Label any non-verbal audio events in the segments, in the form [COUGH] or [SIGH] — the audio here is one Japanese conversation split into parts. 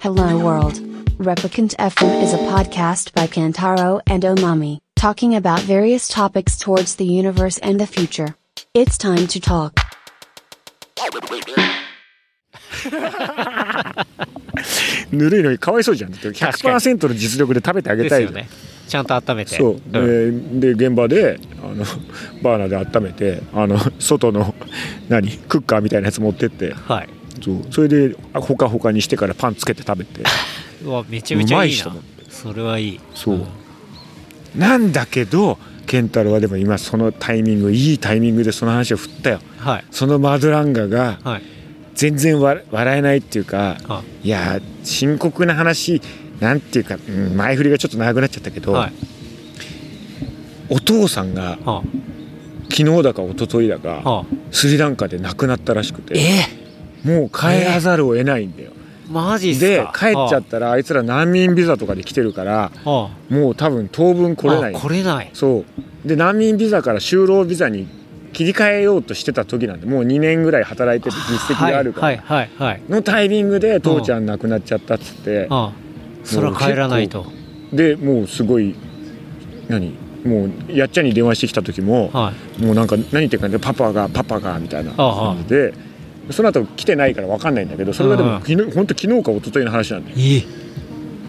Hello World. Replicant FM is a podcast by Kantaro and Omami, talking about various topics towards the universe and the future. It's time to talk. ぬるいのにかわいそうじゃんだって確かに100%の実力で食べてあげでたすいよじゃんねちゃんと温めてそう、んでで現場であのバーナーで温めてあの外の何クッカーみたいなやつ持ってってはいそうそれであほかほかにしてからパンつけて食べてうわめちゃめちゃいいなうまい人それはいいそう、なんだけどケンタロウはでも今そのタイミングいいタイミングでその話を振ったよはいそのマドランガがはい全然わ笑えないっていうかはいや深刻な話なんていうか、うん前振りがちょっと長くなっちゃったけど、はいお父さんがは昨日だか一昨日だか、あはあスリランカで亡くなったらしくてえもう帰らざるを得ないんだよ、マジっすでか帰っちゃったらあいつら難民ビザとかで来てるからたはもう多分当分あ来れないあ来れないそうで難民ビザから就労ビザに切り替えようとしてた時なんでもう2年ぐらい働いてて実績があるから、はいはいはいはいのタイミングで父ちゃん亡くなっちゃったっつってああそれは帰らないとでもうすごい何もうやっちゃんに電話してきた時もはいもうなんか何言ってるかねパパがパパがみたいなああああ感じでその後来てないから分かんないんだけどそれがでうんうもん昨日本当昨日か一昨日の話なんだよえ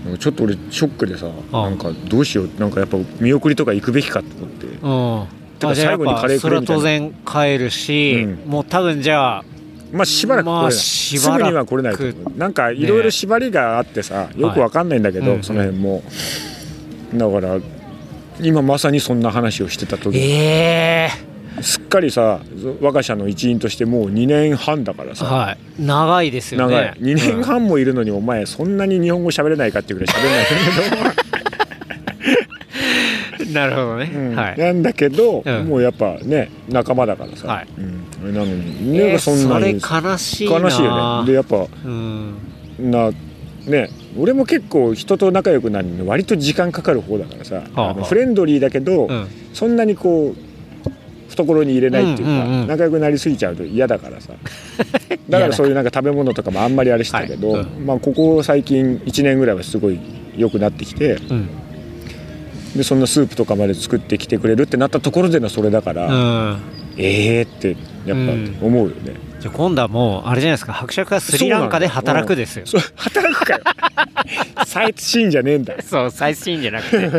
なんかちょっと俺ショックでさあなんかどうしようなんかやっぱ見送りとか行くべきかと思ってうんてかあじゃあや最っ後にカレぱーそくれれはみたい当な然帰るし、うんもう多分じゃあまあしばらく来れまなあいしすばらくぐには来れないと思うなんかいろいろ縛りがあってさよく分かんないんだけはいうんうどんその辺もだから今まさにそんな話をしてた時ええすっかりさ我が社の一員としてもう2年半だからさはい長いですよね長い2年半もいるのにお前そんなに日本語喋れないかっていうぐらい喋れないんだけどうんなるほどね、うん [LAUGHS] はいなんだけど、うんもうやっぱね仲間だからさ、はいうん、あれなのに、えなんーかそんなにそれ悲しいな悲しいよねでやっぱうんなね俺も結構人と仲良くなるのに割と時間かかる方だからさ、あはああのフレンドリーだけど、うんそんなにこう懐に入れないっていうか、うんうんうん仲良くなりすぎちゃうと嫌だから [LAUGHS] さだからそういうなんか食べ物とかもあんまりあれしてたけど、はいうんまあ、ここ最近1年ぐらいはすごい良くなってきてうんでそんなスープとかまで作ってきてくれるってなったところでのそれだから、うんええってやっぱ思うよね、じゃあ今度はもうあれじゃないですか伯爵はスリランカで働くですよそう働くかよサイトシーンじゃねえんだよそう最新じゃなく [LAUGHS] て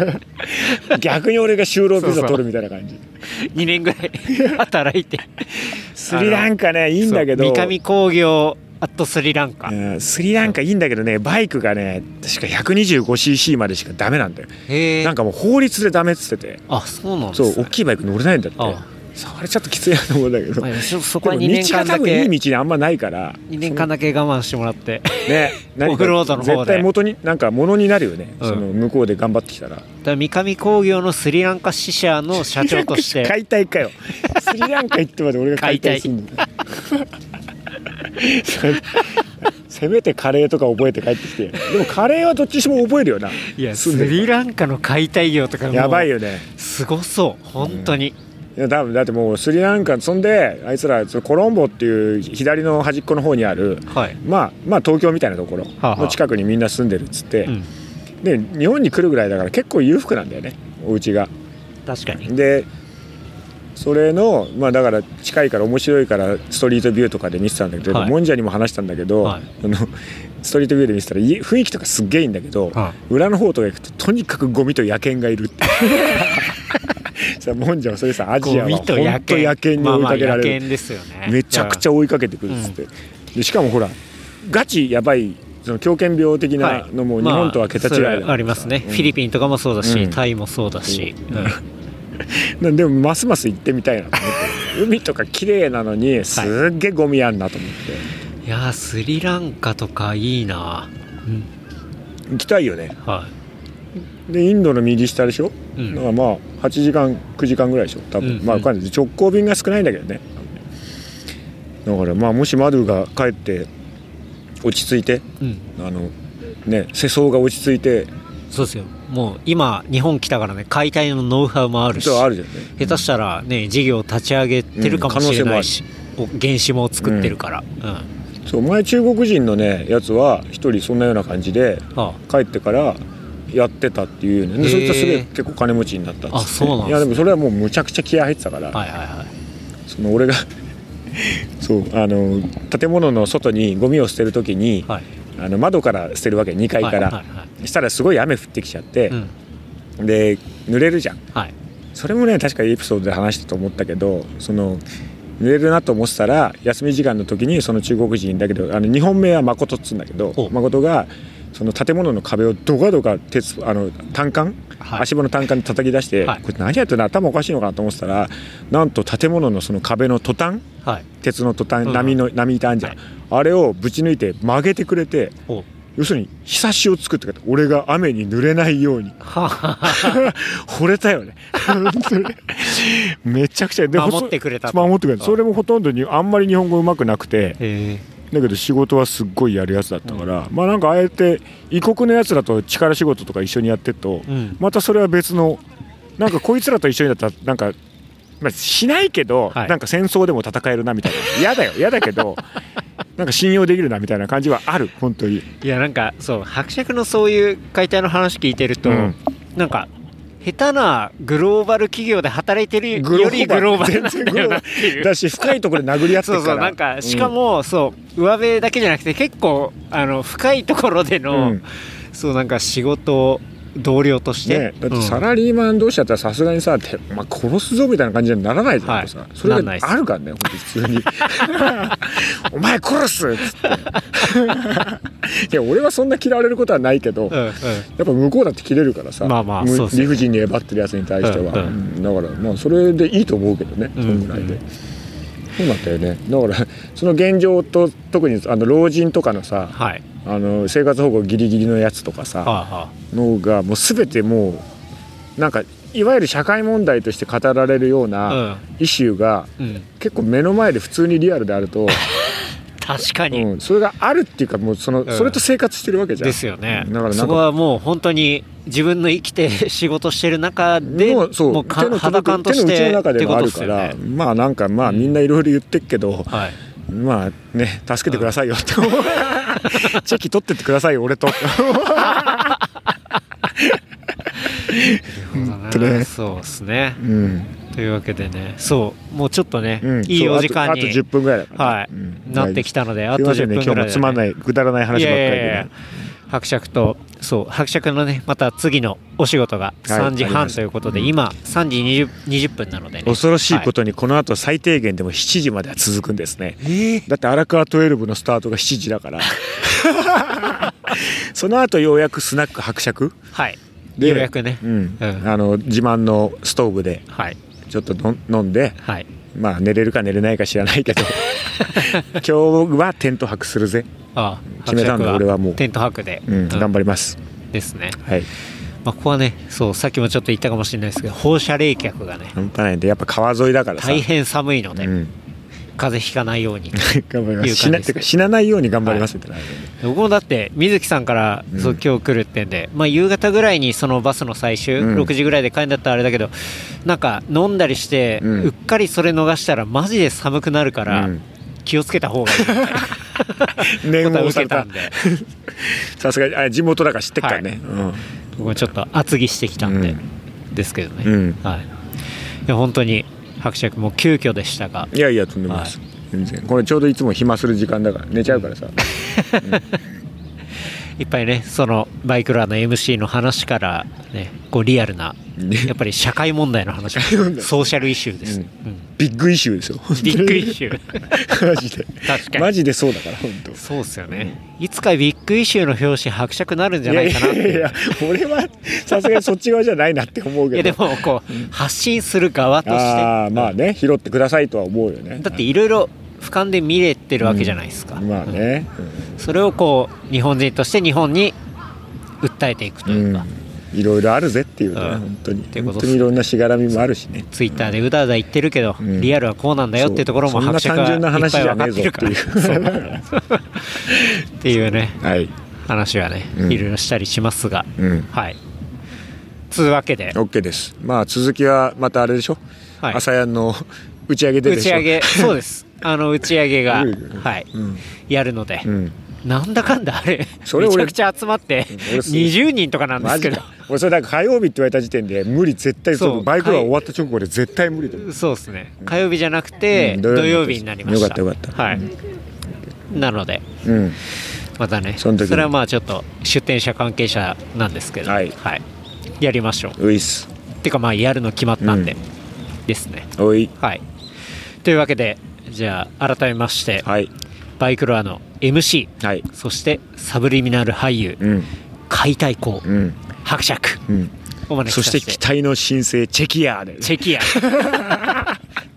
逆に俺が就労ビそうそザう取るみたいな感じ2年ぐらい働いてスリランカねいいんだけどそう三上工業アットスリランカ、うんスリランカいいんだけどねバイクがね確か 125cc までしかダメなんだよへえなんかもう法律でダメっつっててあそうなんですそねう大きいバイク乗れないんだってああそれちょっときついなと思うんだけどまあそそでこはも2道年が多間だ分けいい道あんまないから2年間だけ我慢してもらって [LAUGHS] ね何かオフロードの方で絶対元になんかものになるよね、うんその向こうで頑張ってきたらだから三上工業のスリランカ支社の社長と [LAUGHS] して解体か [LAUGHS] よスリランカ行ってまで俺が解体するの [LAUGHS] せめてカレーとか覚えて帰ってきてよでもカレーはどっちにしても覚えるよないやス住んでるリランカの解体業とかもうやばいよねすごそう本当に、いや多分だってもうスリランカそんであいつらそのコロンボっていう左の端っこの方にあるはい、まあまあ東京みたいなところはあはあの近くにみんな住んでるっつって、うん、で日本に来るぐらいだから結構裕福なんだよねお家が確かにでそれのまあだから近いから面白いからストリートビューとかで見てたんだけど、はいもんじゃにも話したんだけど、はいあのストリートビューで見てたらいい雰囲気とかすっげえいいんだけど、は裏の方とか行くととにかくゴミと野犬がいるって [LAUGHS] さもんじゃはそれさアジアゴはミ本当と野犬野犬に追いかけられる、まあ、まあ野犬ですよねめちゃくちゃ追いかけてくるっつって、でしかもほらガチやばいその狂犬病的はないのも日本とは桁違いだまかあそれらありますね、うんフィリピンとかもそうだし、うんタイもそうだし、うんなでもますます行ってみたいなと思っ [LAUGHS] て海とか綺麗なのにすっげえゴミやんなと思って、いやースリランカとかいいなうん行きたいよねはでインドの右下でしょ、い、うんだからまあ8時間9時間ぐらいでしょ多分、うんまあわかんない直行便が少ないんだけどねだからまあもしマドゥが帰って落ち着いてうん、あのね世相が落ち着いてそうですよもう今日本来たからね解体のノウハウもあるしそうあるじゃんね下手したらね事業立ち上げてるかもしれないし、お原資も作ってるから、うんそう前中国人のねやつは一人そんなような感じであ帰ってからやってたっていうねでへーそいつはすげえ結構金持ちになったっつってあそうなんですねいやでもそれはもうむちゃくちゃ気合入ってたから、あはいはいはいその俺が [LAUGHS] そうあの建物の外にゴミを捨てる時に、はいあの窓から捨てるわけ2階から、はいはいはいしたらすごい雨降ってきちゃってう、んで濡れるじゃんはいそれもね確かエピソードで話したと思ったけどその濡れるなと思ってたら休み時間の時にその中国人だけどあの日本名は誠っつうんだけどお誠がその建物の壁をどかどか鉄あの単管、はい足場の単管に叩き出して、はいこれ何やってんの頭おかしいのかなと思ってたらなんと建物のその壁のトタンはい鉄のトタン、うん波の波板あんじゃん、はいあれをぶち抜いて曲げてくれてお要するにひさしを作ってくれた俺が雨に濡れないようにはは [LAUGHS] 惚れたよね本当にめちゃくちゃで守ってくれたと守ってくれたそれもほとんどにあんまり日本語うまくなくてえだけど仕事はすっごいやるやつだったから、まあなんかああやって異国のやつらと力仕事とか一緒にやってると、うんまたそれは別のなんかこいつらと一緒にだったらなんか、まあ、しないけど、はいなんか戦争でも戦えるなみたいな嫌だよ嫌だけどなんか信用できるなみたいな感じはある本当にいやなんかそう伯爵のそういう解体の話聞いてると、うんなんか下手なグローバル企業で働いてるグローよバルりグローバルなんだよ [LAUGHS] なっていうだし深いところで殴り合ってるそからうそうなんかしかも、そう上辺だけじゃなくて結構あの深いところでの、うんそうなんか仕事を同僚として、ね、だってサうんラリーマン同士だったらさすがにさ、てまあ、殺すぞみたいな感じにならないじゃん、はいさそれなんないっすがあるからねほんと普通 [LAUGHS] に「お前殺す!」っつっていや俺はそんな嫌われることはないけど、うんうんやっぱ向こうだって切れるからさ、まあまあむそうっすよ理不尽にえばってるやつに対しては、うんううんだからまあそれでいいと思うけどねそうんんぐらいで、うんそうなんだよねだからその現状と特にあの老人とかのさはいあの生活保護ギリギリのやつとかさ、はあ、はのがもう全てもうなんかいわゆる社会問題として語られるようなあ、イシューがうんうん結構目の前で普通にリアルであると、確かうに、ん、それがあるっていうかもうその、んそれと生活してるわけじゃん。ですよねだからなそんこかはもう本当に自分の生きて仕事してる中でもうそうもうか手の肌感と手しのて内の中っでてはこあとるですかよら、ねまあなんかまあみんないろいろ言ってっけど、はいまあね助けてくださいよって、 [LAUGHS] チェキ取ってってくださいよ俺 [LAUGHS] と本当ねそうですねうん、というわけでねそうもうちょっとね、うん、いいそうお時間あとあにと10分ぐらいだから、はいうんなってきたのであすいとませ10んね分今日ぐらもいでつまんないくだらない話ばっかりいで、ね、やいやいや伯爵とそう伯爵のねまた次のお仕事が3時あり半ましたということで、今3時 20, 20分なので、ね、、恐ろしいこととにこの後最低限でも7時までは続くんですねはいえーだって荒川12のスタートが7時だから [LAUGHS] その後ようやくスナック伯爵はいでようやくね、うん、うんあの自慢のストーブではいちょっとの飲んではいまあ寝れるか寝れないか知らないけ [LAUGHS] ど今日はテント泊するぜ、あ決めたんだ伯俺爵はもうテント泊で、うんうん頑張りますですね、はいまあ、ここはねそうさっきもちょっと言ったかもしれないですけど放射冷却がね半端ないんでやっぱ川沿いだからさ大変寒いので、うん、風邪ひかないように頑張りまいう感じですす死なてか死なないように頑張りますみたいな、僕もだって水木さんから、うんそう今日来るってんで、まあ、夕方ぐらいにそのバスの最終、うん6時ぐらいで帰るんだったらあれだけどなんか飲んだりして、ううんっかりそれ逃したらマジで寒くなるから、うん気をつけた方がいい念答えををさ受れけたたん [LAUGHS] でさすがにあ地元だから知ってっからね、うん僕もちょっと厚着してきたんで、うですけどね、うんはい、いや本当に伯爵も急遽でしたがいやいやとんでもないです、全然これちょうどいつも暇する時間だから寝ちゃうからさ、いっぱいねそのバイクラーの MC の話から、ね、こうリアルなやっぱり社会問題の話も問題ソーシャルイシューです、うんうんビッグイシューですよ本当ビにッグイシュー [LAUGHS] マジで確かにマジでそうだから本当そうっすよねいつかビッグイシューの表紙伯爵なるんじゃないかなっていういややいやいや俺はさすがにそっち側じゃないなって思うけどでもこう、発信する側としてああまあね拾ってくださいとは思うよねだっていろいろ俯瞰で見れてるわけじゃないですか、まあね、うんそれをこう日本人として日本に訴えていくとういうんか、いろいろあるぜっていうね、うん本当にてこ本とっ当すにいろんなしがらみもあるしねツイッターでうだうだ言ってるけど、うんリアルはこうなんだよっていうところもそう伯爵はいそっんなぱ単い純な話分かってじゃるねからえぞっていうそうっていうねはい話はね、うんいろいろしたりしますが、うんはいつうわけで、 OK ですまあ続きはまたあれでしょ、はい朝やんの打ち上げで打でちしょ [LAUGHS] 上げそうですあの打ち上げが、はい、うんやるので、うんなんだかんだあれそれ俺めちゃくちゃ集まって俺す20人とかなんでマすジけどか俺それだから火曜日って言われた時点で無理絶対そうそのバイクが終わった直後で絶対無理だよそうですね火曜日じゃなくて、うん土土曜曜日日ににななりりままししたたはい、なのでうんまたねそその時にれはまあちょっと出店者関係者なんですけどはいやりましょうういっすてかまあやるの決まったんで、うですねおいはいというわけでじゃあ改めまして、はいバイクロアの MC はいそしてサブリミナル俳優、うん解体工、うん伯爵うんお招そきしさせて期待の新星チェキヤーでチ [LAUGHS] ェキア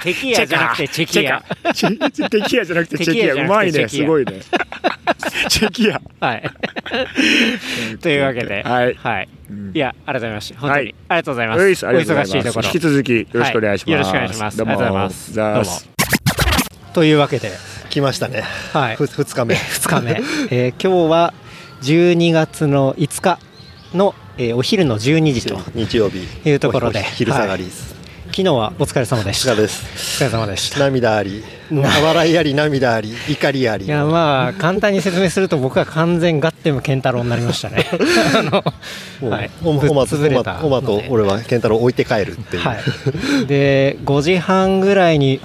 テキアじゃなくてチェキアチェチェテキヤじゃなくてチェキヤテキヤじゃなくてうまいねチェキヤすごい [LAUGHS] ねチェキヤはい [LAUGHS] というわけではいうんいや改めまして本当はにいありがとうございます、ういっすおありがとうご忙ざしいいまとすころ引き続きよろしくお願いします、はいよろしくお願いしますどうもありがとうございますざーすどうもというわけで来ましたね。はいふ [LAUGHS] 二日目。 2日目、えー今日は12月の5日の、えーお昼の12時と日曜日。いうところでお昼下がりです。昨日はお疲れ様でし下たおです。疲れ様でした涙あり、うん笑いあり、涙あり、怒りあり。いやまあ簡単に説明すると僕は完全ガッテムケンタロウになりまし [LAUGHS] たねあのもうはいおおまと、ぶっ潰おれまたと、おまのとで、俺は健太郎置いて帰るっていう。はい、で5時半ぐらいに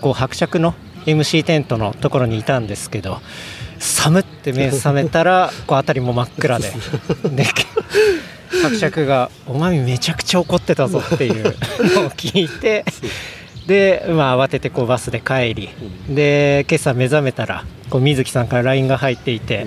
こう伯爵の MC テントのところにいたんですけど寒って目覚めたらこう辺りも真っ暗でで伯爵が「お前めちゃくちゃ怒ってたぞ」っていうのを聞いてで、まあ、慌ててこうバスで帰りで今朝目覚めたらこう水木さんから LINE が入っていて。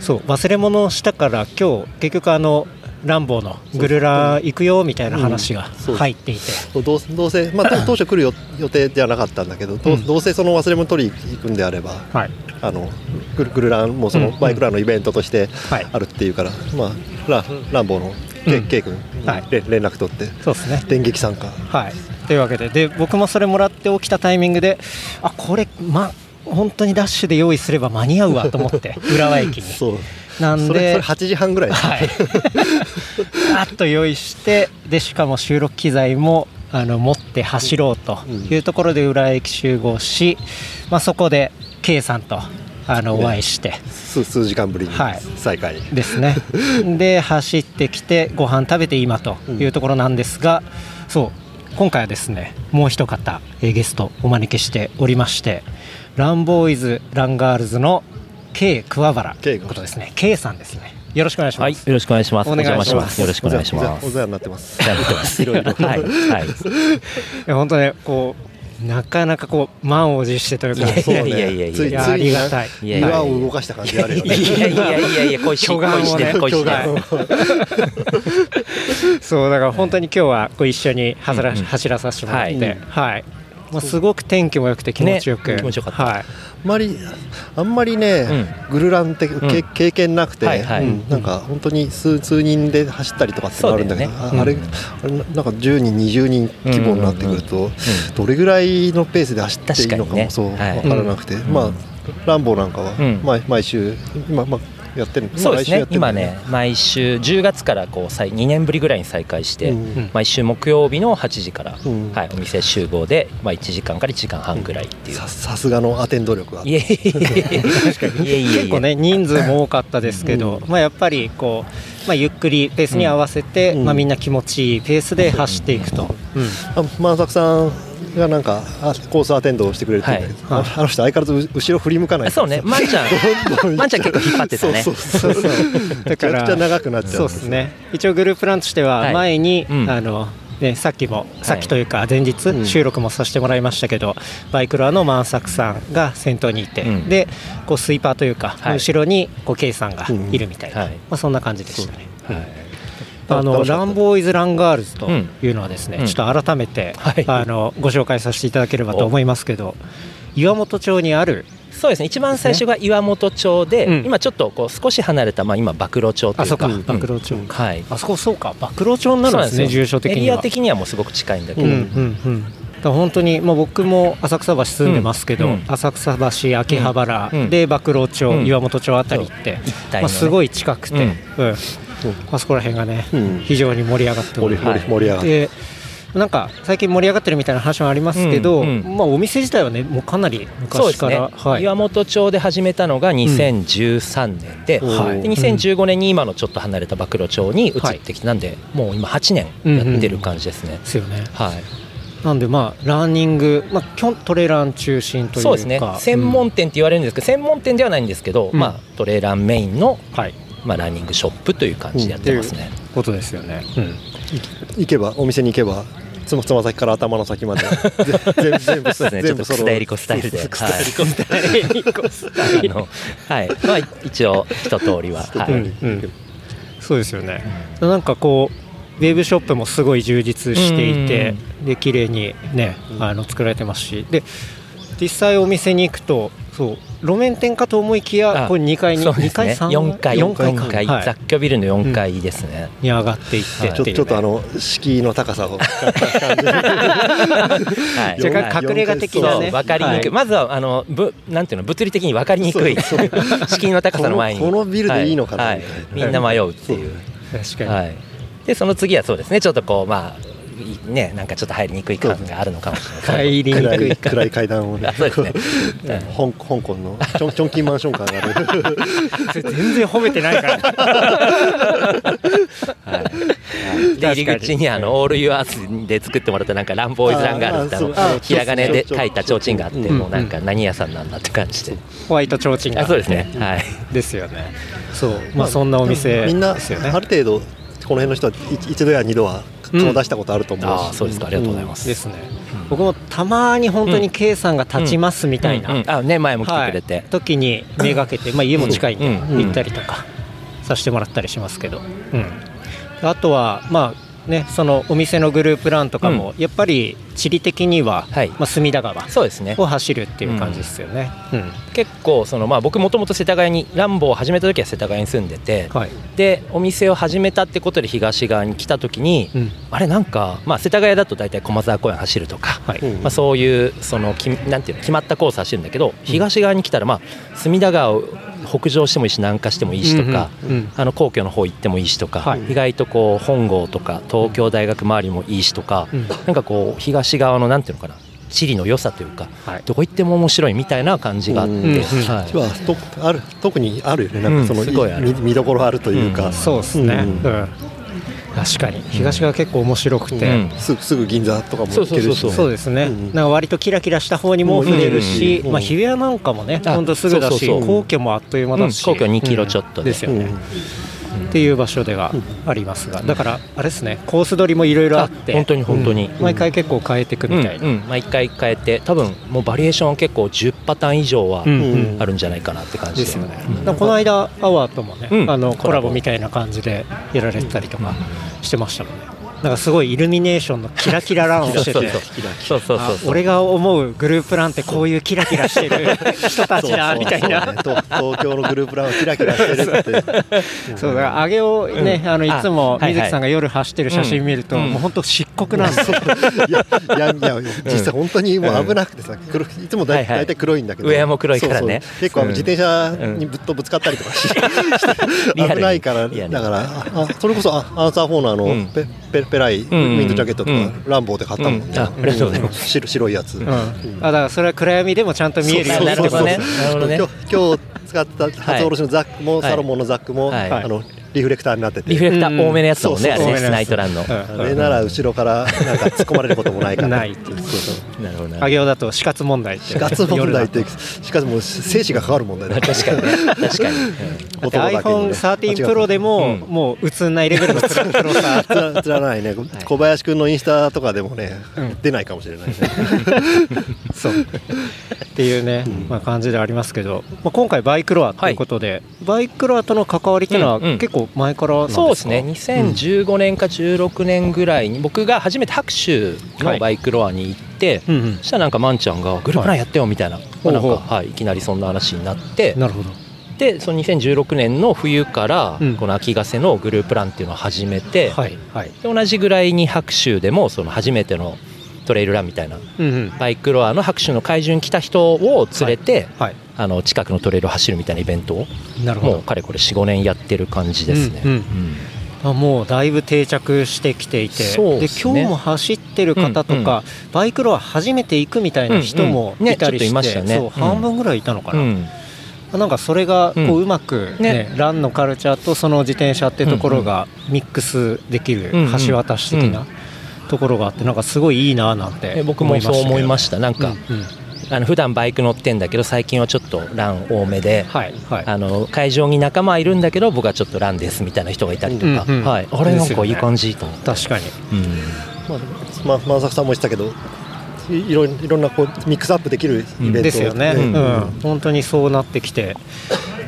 そう忘れ物をしたから今日結局あのランボーのグルラ行くよみたいな話が入っていて、どうせどうせ、ま [LAUGHS] あ、と当初来るよ予定ではなかったんだけど、どううんどうせその忘れ物取り行くんであれば、はいあのグルグルランもそのうんバイクランのイベントとしてはいあるっていうから、まあ、ラランボーのケイ、うんケイ君にはいれ連絡取ってそうですね電撃参加はいというわけでで僕もそれもらって起きたタイミングであこれま本当にダッシュで用意すれば間に合うわと思って浦和駅に [LAUGHS] そうなんそれそでれ8時半ぐらいですはい [LAUGHS] あっと用意してでしかも収録機材もあの持って走ろうというところで浦和駅集合し、まあ、そこで K さんとあのお会いして、数数時間ぶりにはい再開、です [LAUGHS] ねで走ってきてご飯食べて今というところなんですが、そう今回はですねもう一方、えーゲストお招きしておりましてランボーイズランガールズの K 桑原 K ことですね K さんですねよろしくお願いしはまい、よす、ろしくお願いします。お願いします邪魔しよろしくお願いしまおす。世話になってますやってます。いろいろはい、はい。いや本当ねこうなかなかこう満を持してというかいやいやいやいやいつやいいついやありがたいに岩を動かした感じがあるよねいやいやいや [LAUGHS] いや、恋しい、巨岩をね恋してる、恋してる。 [LAUGHS] そうだから本当に今日はこう一緒に走ら,、走らさせてもらって、ははいいもうすごく天気も良くて気持ちよく、ね気持ちよかったはい、あんまりあんまりね、グルランってけ、ん経験なくて、はいはいうんなんか本当に数数人で走ったりとかってのあるんだけどそうだよねああれ,、あれななんか10人20人規模になってくると、どれぐらいのペースで走っていいのかも確かそうに分ねかはいらなくて、まあランボーなんかは、うん毎毎週今、まあ、やってるそうで毎す週やねっ。てるんだ今よね、毎週10月からこう再2年ぶりぐらいに再開して、うんん毎週木曜日の8時から、うんはい、お店集合でまあ1時間から1時間半ぐらいっていう。ささすがのアテンド力がいやいやいやいやいやいやいや結構ね人数も多かったですけど、まあ、やっぱりこう、まあ、ゆっくりペースに合わせて、うんまあ、みんな気持ちいいペースで走っていくと、うんあ万作さんがなんかあコースアテンドをしてくれるっていうはいああの人相変わらず後ろ振り向かないあそうね、まんちゃ [LAUGHS] ん、まんちゃん結構引っ張ってたね。そうそうそうだ [LAUGHS] めちかゃらくちゃ長くなっちゃうそうですね一応グループランとしてははい前に、うんあのね、さっきもさっはきいというか前日、ん収録もさせてもらいましたけど、バイクラーの万作さんが先頭にいて、うんでこうスイーパーというか、はい後ろにこう K さんがいるみたいな、うんはいまあ、そんな感じでしたね。うんあ楽のしかっラたンボーイズ・ランガールズというのはですね、うんちょっと改めて、はいあのご紹介させていただければと思いますけど岩本町にあるそうですね一番最初が岩本町で、うん今ちょっとこう少し離れた、まあ、今馬黒町とあいそううかか馬黒町、うんはいあそこそうか馬黒町になるんですねそう住所的エにリはア的にはもうすごく近いんだけうど、んうんうん、だから本当に、まあ、僕も浅草橋住んでますけど、うんうん浅草橋、秋葉原、うんで馬黒町、うん岩本町あたりって、一体のねまあ、すごい近くて、うんあそこら辺がね、うん非常に盛り上がっており盛り盛り盛り上がってでなんか最近盛り上がってるみたいな話もありますけど、うんうまあ、お店自体はねもうかなりそ昔うですかねら、、はい、岩本町で始めたのが2013年で,、うんはいで2015年に今のちょっと離れた暴露町に移ってきて、なんでもう今8年やってる感じですね、ですよねはい、なんでまあランニング、まあ、基本トレラン中心というかそうですね専門うん店って言われるんですけど、専門店ではないんですけど、うんまあ、トレーランメインの、はいまあ、ランニングショップという感じでやってますね、ことですよね、行けばお店に行けばつまつま先から頭の先まで [LAUGHS] 全部全部そうですねちょっとスタイリコスタイルでそうそうスタイリコスタイル [LAUGHS] あのはいまあ一応一通りは、はういんうんそうですよねなんかこうウェブショップもすごい充実していてで綺麗にねあの作られてますしで実際お店に行くとそう路面店かと思いきやあこう2階にそう2ですね階3 4階4階四階はい雑居ビルの4階ですね、に上がっていってはいっていうねちょっとあの敷居の高さを [LAUGHS] はい若干隠れ家的そなうね分かりにはくい、いまずはあのぶなんていうの物理的に分かりにくい資金の高さの前にこのこのビルでいいのかなはいはいみんな迷うっていう、確かに、はい、でその次はそうですねちょっとこうまあいねなんかちょっと入りにくい感があるのかもしれない入りに暗くいい暗い階段をねあ [LAUGHS] そうですね香香港のチョンチョンキンマンションから上がる全然褒めてないから [LAUGHS] で入り口にあのオールユアースで作ってもらったなんかランボーイズランガールってああーそうのあひらがねで書いた提灯があってうんもうなんか何屋さんなんだって感じでホワイト提灯があそうですねはいですよねそうまあそんなお店みんなあでするよね程度この辺の人は一一度や二度は顔出したことあると思うああしそうですかありがとうございますですね僕もたまに本当に K さんが立ちますみたいな、うんうんあね前も来はていくれて時にめがけて、まあ、家も近いんでうんうん行ったりとかさせてもらったりしますけど、うんあとはまあねそのお店のグループランとかも、やっぱり地理的には、はいまあ、隅田川そうですねを走るっていう感じですよね、うん結構そのまあ僕もともと世田谷にランボーを始めた時は世田谷に住んでてはい、でお店を始めたってことで東側に来た時にうんあれなんかまあ世田谷だと大体駒沢公園走るとかはいうんまあ、そういうそのきなんていうの決まったコース走るんだけど東側に来たら、まあ、隅田川を北上してもいいし南下してもいいしとか、うんうんうんあの皇居の方行ってもいいしとか、はい意外とこう本郷とか東京大学周りもいいしとか、うんなんかこう東側のなんていうのかな地理の良さというか、はいどこ行っても面白いみたいな感じがあって、うんうんはいまあとある特にあるよねなんかその、うんすごいある見見どころあるというか、うんそうですね、うんうん確かに東側結構面白くて、うんすすぐ銀座とかも行けるしそうねそうですね、うんなんか割とキラキラした方にも触れるし、うんまあ、日比谷なんかもね、あ本当すぐだし、そうそうそう皇居もあっという間だし、うん皇居2キロちょっとでですよね、うんっていう場所ではありますが、だから、あれですね、コース取りもいろいろあって、あ本当に本当にうん毎回結構変えていくみたいな、うんうん毎回変えて多分もうバリエーション結構10パターン以上はうんうんあるんじゃないかなって感じですよね、うんだからこの間、アワーともね、うんあのココラボラボみたいな感じでやられてたりとかしてましたもんね、なんかすごいイルミネーションのキラキラランをしてて。そうそうそうあ俺が思うグループランってこういうキラキラしてる人たちだみたいなそうそうそうねと東京のグループランはキラキラしてるってそうだから上げをね、あのいあつもはいはい水木さんが夜走ってる写真見ると、うんもう本当漆黒なんですよ、い [LAUGHS] やいやいや実際本当にもう危なくてさ黒いつもだはいいはい大体黒いんだけどウェアも黒いからねそうそう結構あのうん自転車にぶっとぶつかったりとか [LAUGHS] ししてリアルに危ないからリアルにだからああそれこそあアンサー4のあうのんペペペライウィンドジャケットとうんかランボーで買ったもんうねんあありがとうございます白白いやつうんあだからそれは暗闇でもちゃんと見えるようになるほどねなるほどね今日今日使った初おろしのザックもサロモンのザックもはいあのリフレクターになっててリフレクター多めのやつだもんね、うんあれそうそうね、スナイトランの。あれなら後ろからなんか突っ込まれることもない [LAUGHS] からないっていうそうそうなるほど上げをだと死活問題って死活問題ってしかも生死がかかる問題だ確かにね、確かに。だって iPhone13 Pro でも、うんもう映んないレベルの辛黒さつらつらないね小林くんのインスタとかでもね、出ないかもしれないね [LAUGHS] そうっていうね、まあ、感じではありますけど、まあ、今回バイクロアということで、バイクロアとの関わりっていうのはうんうん結構前からなんですか、そうですね、2015年か16年ぐらいに、僕が初めて白州のバイクロアに行って、うんうんそしたらなんか、まんちゃんが、グループランやってよみたいな、ほうなんか、ほうはい、いきなりそんな話になって、なるほどで、その2016年の冬からうん、この秋ヶ瀬のグループランっていうのを始めて、はいはい、で同じぐらいに白州でも、その初めてのトレイルランみたいな、うんうんバイクロアの白州の会場に来た人を連れて、はい、あの近くのトレイルを走るみたいなイベントをなるほもうどかれこれ45年やってる感じですね、うんうんうんあもうだいぶ定着してきていてそうでっす今ね日も走ってる方とか、バイクロア初めて行くみたいな人もうんうんねいたりちょっといし、ましてたねそううん半分ぐらいいたのかうな、んなんかそれがこう,、ううんまく、ねねランのカルチャーとその自転車ってところがミックスできるうんうん橋渡し的なところがあってなんかすごいいいななんてえ僕もそう思いましたなんか、うんうんあの普段バイク乗ってんだけど最近はちょっとラン多めで、はいはいあの会場に仲間はいるんだけど僕はちょっとランですみたいな人がいたりとか、うんうんはい、あれなんですよかねいい感じと思って、確かにうんまあ、まあ、万作さんも言ってたけどいいろいろんなこうミックスアップできるイベント、ですよね、ううんん本当にそうなってきて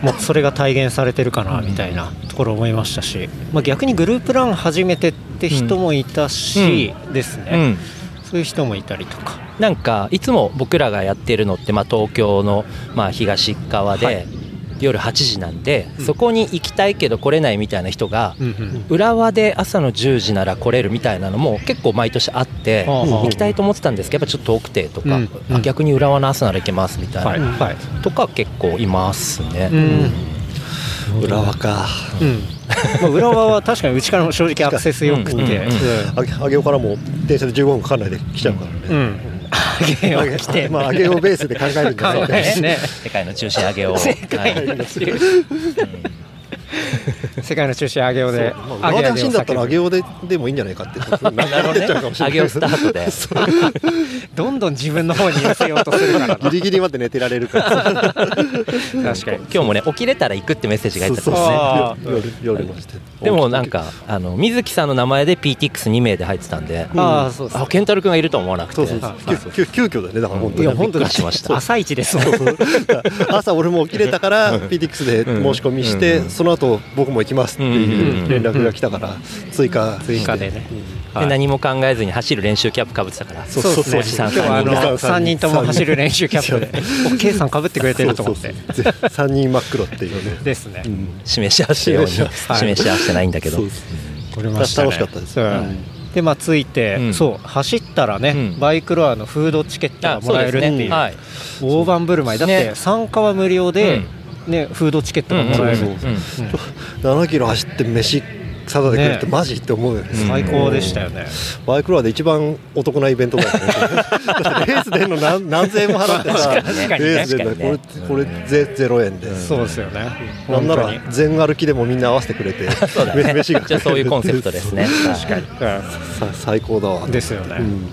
もうそれが体現されてるかなみたいなところ思いましたし、まあ、逆にグループラン初めてって人もいたし、ですうね、ん、そういう人もいたりとかなんかいつも僕らがやってるのって、まあ、東京の、まあ、東側で、はい夜8時なんで、うんそこに行きたいけど来れないみたいな人が、うんうん浦和で朝の10時なら来れるみたいなのも結構毎年あって、はあはあ行きたいと思ってたんですけどやっぱちょっと遠くてとか、うんうんあ逆に浦和の朝なら行けますみたいな、はいはいとか結構いますね。うん浦和かうんまあ、浦和は確かにうちからも正直アクセスよくうんうんて、あげ上尾からも電車で15分かかんないで来ちゃうからね、うんうん、上尾来てまあ上尾ベースで考えるんじゃな考いえるね世界の中心上げを世界の中心世界の中心上尾でそうまあ、上尾で走るんだったら上尾尾で [LAUGHS] でもいいんじゃないかってことになっなるほどねちゃうかもしれ [LAUGHS] な上いげをスタートでどんどん自分の方に寄せようとするからな [LAUGHS] ギリギリまで寝てられるから確かに今日もね起きれたら行くってメッセージが入ってたんですねあー夜夜ましてでもなんかあの水木さんの名前で PTX2 名で入ってたんで、ああそうですねあ健太郎君がいるとは思わなくてそうそうそう急急急遽だよねだから本当いにや本当にびっくりしました朝一ですもん [LAUGHS] 朝俺も起きれたから PTX で申し込みして、その後僕も行きますっていう連絡が来たから追加追加でね。で何も考えずに走る練習キャップかぶってたからそうそうそうおじさん今日はあ3人三の人三人とも走る練習キャップで、お K さん被ってくれてると思って。 3人真っ黒っていうねですね。示し合わせように示合わせ示し合わせてないんだけどそうそう取れましたね楽しかったですうんでまあ着いて、うんそう走ったらね、うんバイクロアのフードチケットがあもらえるっていうはい、大盤振る舞いだっねて参加は無料で、ねフードチケットがもらえる、うんうん7キロ走って飯サダで来るってねマジって思うよね最高でしたよね。バイクロアで一番お得なイベントだ [LAUGHS] よねだってレース出るの何何千円も払ってさレ確かにねース出るの確かにねこれこれゼゼロ円でそうですよね。なんな本ら全歩きでもみんな合わせてくれて [LAUGHS] そうだね飯じがゃあそういうコンセプトですね確かに当に [LAUGHS] さ最高だわうんですよね。うん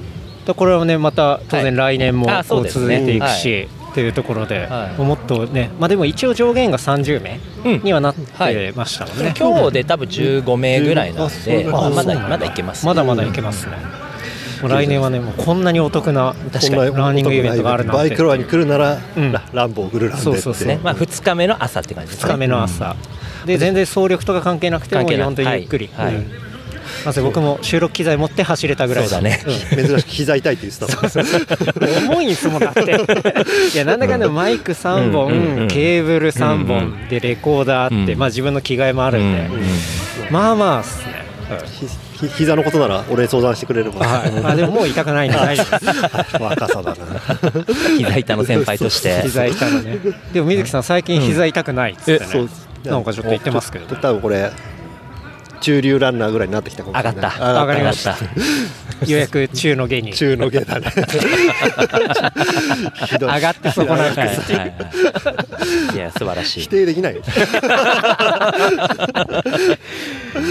でこれはねまた当然来年もあこそううですね続いていくし、っていうところで、はいもっとねまあでも一応上限が30名うんにはなっはいてましたもんでもね、今日で多分15名ぐらいなんで、うんまああまそなうんだだまだいけます、まだまだいけますね、もう来年はねもうこんなにお得な確かこんになランニングイベントがあるなんてバイクロアに来るなら、うんラランボーグルランでってそうそうそうねまあ、2日目の朝って感じです2ね日目の朝、で全然総力とか関係なくて関も係うない本当にゆっくり、はいはいうんまず僕も収録機材持って走れたぐらいそうだね珍しく膝痛いって言ってたもんね重いんですもん [LAUGHS] だっていやなんだかんだマイク3本、うんうんうんケーブル3本、でレコーダーあって、うんまあ、自分の着替えもあるんで、うんまあまあっすね、ひひ膝のことなら俺相談してくれれば、まあでももう痛くないんで [LAUGHS] 大丈夫です [LAUGHS] 若さだな膝板の先輩として膝痛のねでも水木さん最近膝痛くないっつってね、そうなんかちょっと言ってますけどちょっと多分これ中流ランナーぐらいになってきたかも上しがれっないた上がりました上がっようやく中の下に中の下だ [LAUGHS] ねひどい上がってそこなんかはいいはいはいいや素晴らし否い定できない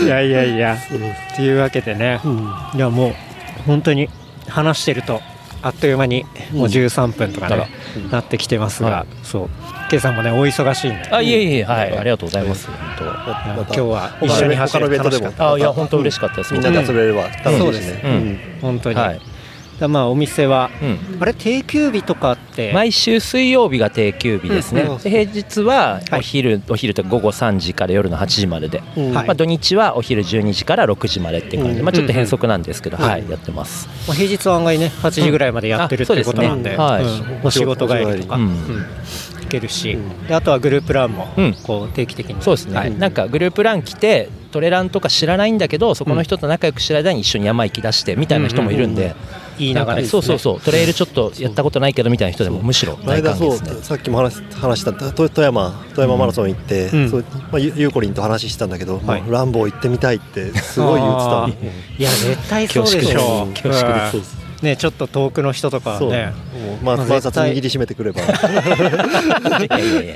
いやいやいやっていうわけでね、いやもう本当に話してるとあっという間にもう13分とかね、なってきてますが、はそう圭さんもねお忙しいんであいえいえはいありがとうございます本あま今た日は一緒に走れて楽しかっ当あいや本当嬉しかったですみんなで遊べれば楽しいしね、そうですねたうん本当に、はいだまあお店は、うんあれ定休日とかって毎週水曜日が定休日ですね、うんで平日ははいお昼、お昼とか午後3時から夜の8時までで、うんはいまあ、土日はお昼12時から6時までっていう感じで、うんまあ、ちょっと変則なんですけど、んはい、やってます、まあ平日は案外ね8時ぐらいまでやってるあっていうことなんで,うん、そうですねもう仕事帰りとか、ううんん行けるし、であとはグループランもうんこう定期的に、そうですね、はいなんかグループラン来てトレランとか知らないんだけどそこの人と仲良く知らない間に一緒に山行き出してみたいな人もいるんで、いい流れですねそうそうそうトレイルちょっとやったことないけどみたいな人でもむしろこの大間歓迎そうですねさっきも話話したと富山富山マラソン行って、うんそうまあ、ゆゆうこりんと話したんだけど、はいもうランボー行ってみたいってすごい言ってたあのーいや絶対そうでしょう恐縮です恐縮ですうんねちょっと遠くの人とかそう、ねもうまあ、まあ摩擦絶対握りしめてくればいやいやいや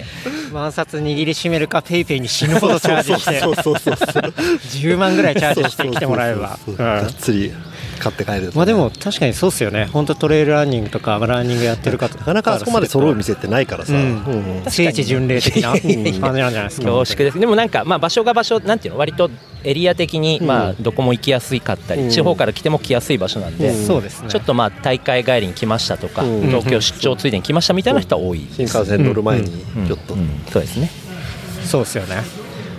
万冊握りしめるかペイペイに死ぬほどチャージしてそうそうそうそう10万ぐらいチャージしてきてもらえばそうそうそうそううんがっつり買って帰るとね、まあでも確かにそうっすよね本当トレイルランニングとかまあランニングやってる方なかなかあそこまで揃う店ってないからさ、うんうん聖地巡礼的な感じなんじゃないですか恐縮ですでもなんかまあ場所が場所なんていうの割とエリア的にまあどこも行きやすかったり、うん地方から来ても来やすい場所なんで、うんそうですねちょっとまあ大会帰りに来ましたとか、うん東京出張ついでに来ましたみたいな人は多い新幹線乗る前にうんちょっと、うんそうですねそうですよね。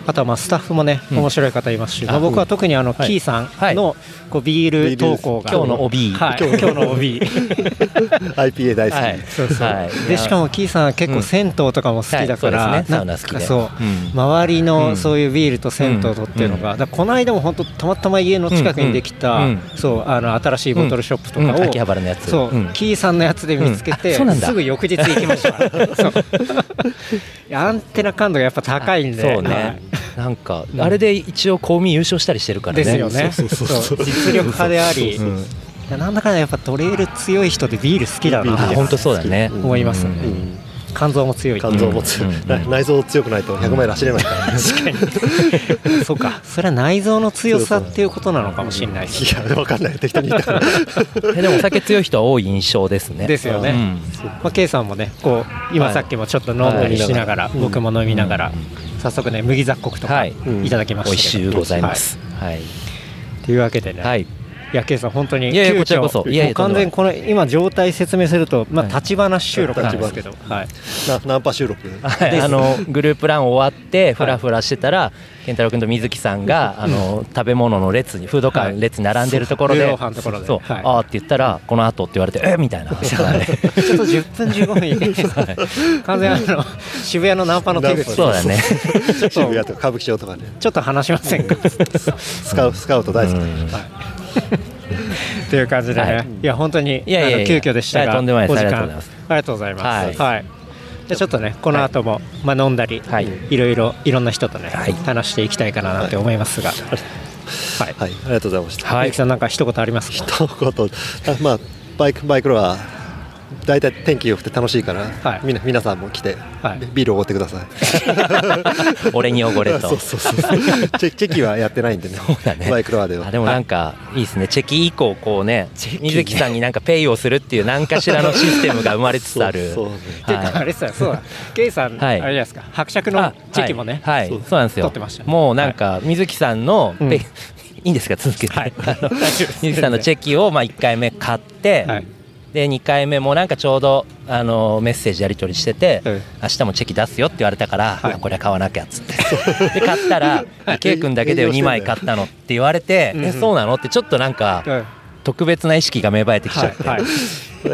あとはまあスタッフもね、うん面白い方いますし、まあ、あ僕は特にあの、はいキーさんのこうビール投稿が今日の OB はい、今日の OB IPA 大好き、はいそうそう、はいでしかもキーさんは結う構ん銭湯とかも好きだから、はなんいそうですねかサウナ好きでそう、うん周りうのんそういうビールと銭湯とっていうのが、だからこの間も本当たまたま家の近くにできた、うんうんそうあの新しいボトルショップとかを、うん秋葉原のやつそう、うんキーさんのやつで見つけうんあて、そうなんだすぐ翌日行きま [LAUGHS] したそういやアンテナ感度がやっぱ高いんでそうね、はいなんかあれで一応公務員優勝したりしてるからねですよね。そう実力派であり、いやなんだかんだやっぱトレイル強い人でビール好きだビあなって本当そうだね思いますよね。うん肝臓も強い。肝臓も強い、うんうんうん [LAUGHS] 内臓強くないと100マイル走れないか [LAUGHS] ら、そうか。それは内臓の強さっていうことなのかもしれないです [LAUGHS] いや分かんない適当に言ったからえでもお酒強い人は多い印象ですねですよねうんまあ、K さんもね、こう今はいさっきもちょっと飲んだりしながら、い僕も飲みながら、早速ね麦雑穀とかはいいただきましたけど。美味しゅうございますはい、はい。というわけでね、はいいや、ケイさん、本当にいやいや急遽こちらこそいやいやもう完全にこの今、状態説明すると、まあ、はい立ち話収録なんですけど、はい、なナンパ収録はい、あのグループラン終わってふらふらしてたら、健太郎君と水木さんがあの食べ物の列にフードカーの列に並んでるところで、はいそうルーロー飯のところでそうはいあーって言ったらこの後って言われてえみたいな、 [LAUGHS] はいちょっと10分15分完全に [LAUGHS] あの渋谷のナンパの手口そうだねちょっ [LAUGHS] 渋谷ととか歌舞伎町とかねちょっと話しません [LAUGHS] かスカウスカウト大好きだからという感じでね、はいい、や本当にいやいやいやあの急遽でしたいやがとんでもないでおす時ありが間とうございますありがとうございます、ははいじゃあちょっとねこの後も、まあ、飲んだり、はいい、ろいろいろんな人とね、はい話していきたいかななんて思いますが、はいはいありがとうございましたはいゆうきさんなんか一言ありますか一言あまあバイクバイクロア大体天気良くて楽しいから、はいみな皆さんも来て、はいビールおごってください。俺に汚れとそうそうそうそう。チェチェキはやってないんでね。だねバイクロアでは。あでもなんかいいですね、チェキ以降こうね水木さんになんかペイをするっていう何かしらのシステムが生まれつつあるそうそうねっていうはいか [LAUGHS] あれさそうだケイさん、はいあれじゃないですか伯爵あのチェキもね、はい、はいそうなんですよ撮ってましたねもうなんか水木さんの、うんペイ [LAUGHS] いいんですか続けて、 [LAUGHS] はいあの水木さんのチェキをまあ1回目買って、はいで2回目もなんかちょうどあのメッセージやり取りしてて、うん明日もチェキ出すよって言われたから、はいあこれは買わなきゃっつって [LAUGHS] で買ったら「ケイ君だけ営で業してん2だよ枚買ったの」って言われて「うんうんえそうなの?」ってちょっとなんかうん特別な意識が芽生えてきちはゃいって、は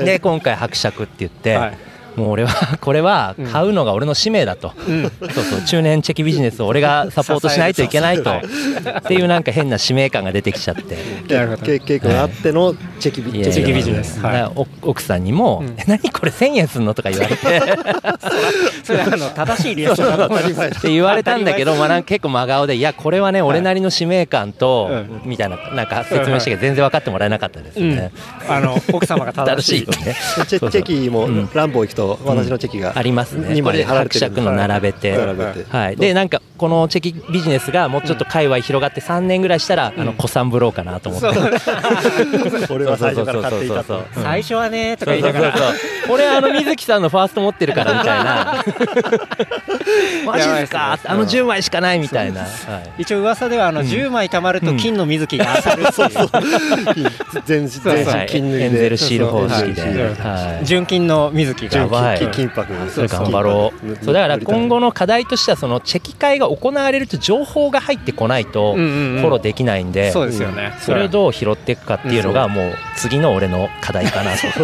いで今回伯爵って言って、はいもう俺は [LAUGHS] これは買うのが俺の使命だと、そうそう中年チェキビジネスを [LAUGHS] 俺がサポートしないといけないとっていうなんか変な使命感が出てきちゃって。ケなるほどイケイ君あってのチェキビいやいやチェキビジネスはいだからお奥さんにもうん「え何これ1000円すんの?」とか言わ [LAUGHS] れてそれあの正しいリアクションだと思いますって言われたんだけど、まあ、なんか結構真顔で「いやこれはね俺なりの使命感と」うみたいななんか説明したけど全然分かってもらえなかったですよね。あの奥様が正 [LAUGHS] 正ししいいよね。チェチェキもうんランボー行くと私のチェキがありますね。二こ枚れ貼られ伯てる爵の並べて。並べて。はい、でなんかこのチェキビジネスがもうちょっと界隈広がって3年ぐらいしたら、あの古参ブローかなと思って、そう [LAUGHS] 俺は最初から買っていたそと [LAUGHS] う。 [LAUGHS] 最初はねとかそう言いそうながそうら俺あの水木さんのファースト持ってるからみたい [LAUGHS] なマジですやばいかっあの10枚しかないみたいな、はい一応噂ではあの10枚貯まると金の水木が当たるっていう [LAUGHS] 全身全身金はい脱エいンゼでルシール方式で、そうそうはい、純金の水木やがばい金金箔それ頑張ろうそうだから今後のの課題としてはそのチェキ会が行われると情報が入ってこないとうフんうんうんォローできないんで、そうですよねそれをどう拾っていくかっていうのがもう次の俺の課題かなとう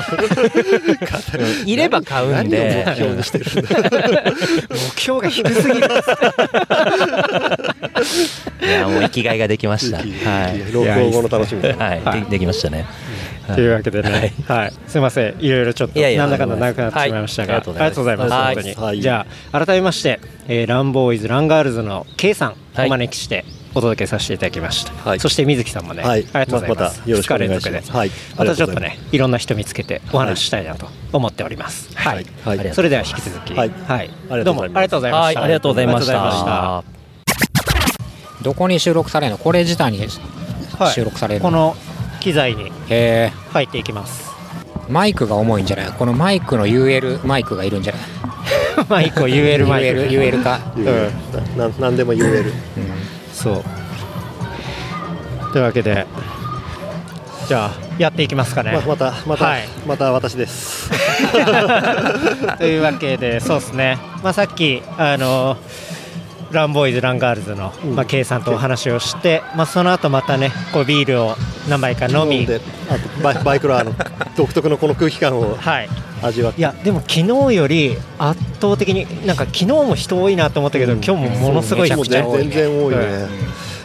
んいれば買うん何をで目標にしてるんだ目標が低すぎるいやもう生きがいができましたはい老後の楽しみはい、でできましたね、はいというわけでね、はいはい、すみません、いろいろちょっと、いやいやなんだかんだ長くなってしまいましたが、はいありがとうございます、はい本当に、はいじゃあ、改めまして、えーランボーイズ、ランガールズの K さん、はいお招きしてお届けさせていただきました、はいそして水木さんもね、はいありがとうございます、またよろしくお願いします二日連続で、はいまたちょっとありがとうございね、いろんな人見つけてお話ししたいなと思っております。はい、はいはいありがとうございますそれでは引き続き、はいどうもありがとうございまはしい、た。ありがとうございましありがとうございましたた。どこに収録されるのこれ自体にですはい収録されるこの、の機材にえ入っていき [LAUGHS] ます。ーマイクが重いんじゃないこのマイクの UL マイクがいるんじゃないマイクを UL マイク UL, UL か言えるなな何でも言えるそうというわけでじゃあやっていきますかね、ままたまた、はいまた私です [LAUGHS] というわけでそうですね、まあ、さっきあのランボーイズランガールズの、まあ、K さんとお話をして、まあ、その後またねこうビールを何杯か飲みであとバイバイクロアの独特のこの空気感をはい味わっていやでも昨日より圧倒的になんか昨日も人多いなと思ったけど、今日もものすごいも人う全全然多いね、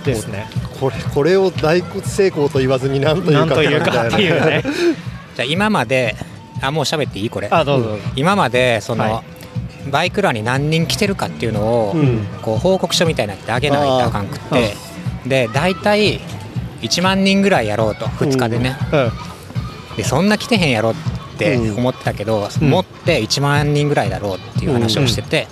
ですねこれこれを大成功と言わずになんというなかんというかっていうねじゃあ今まであもう喋っていいこれあどうぞ、今までその、はバイクラに何人来てるかっていうのを、うんこう報告書みたいなのってあげないとあかんくってで大体1万人ぐらいやろうと2日でね、うんでそんな来てへんやろってうん思ってたけど、うん持って1万人ぐらいだろうっていう話をしてて、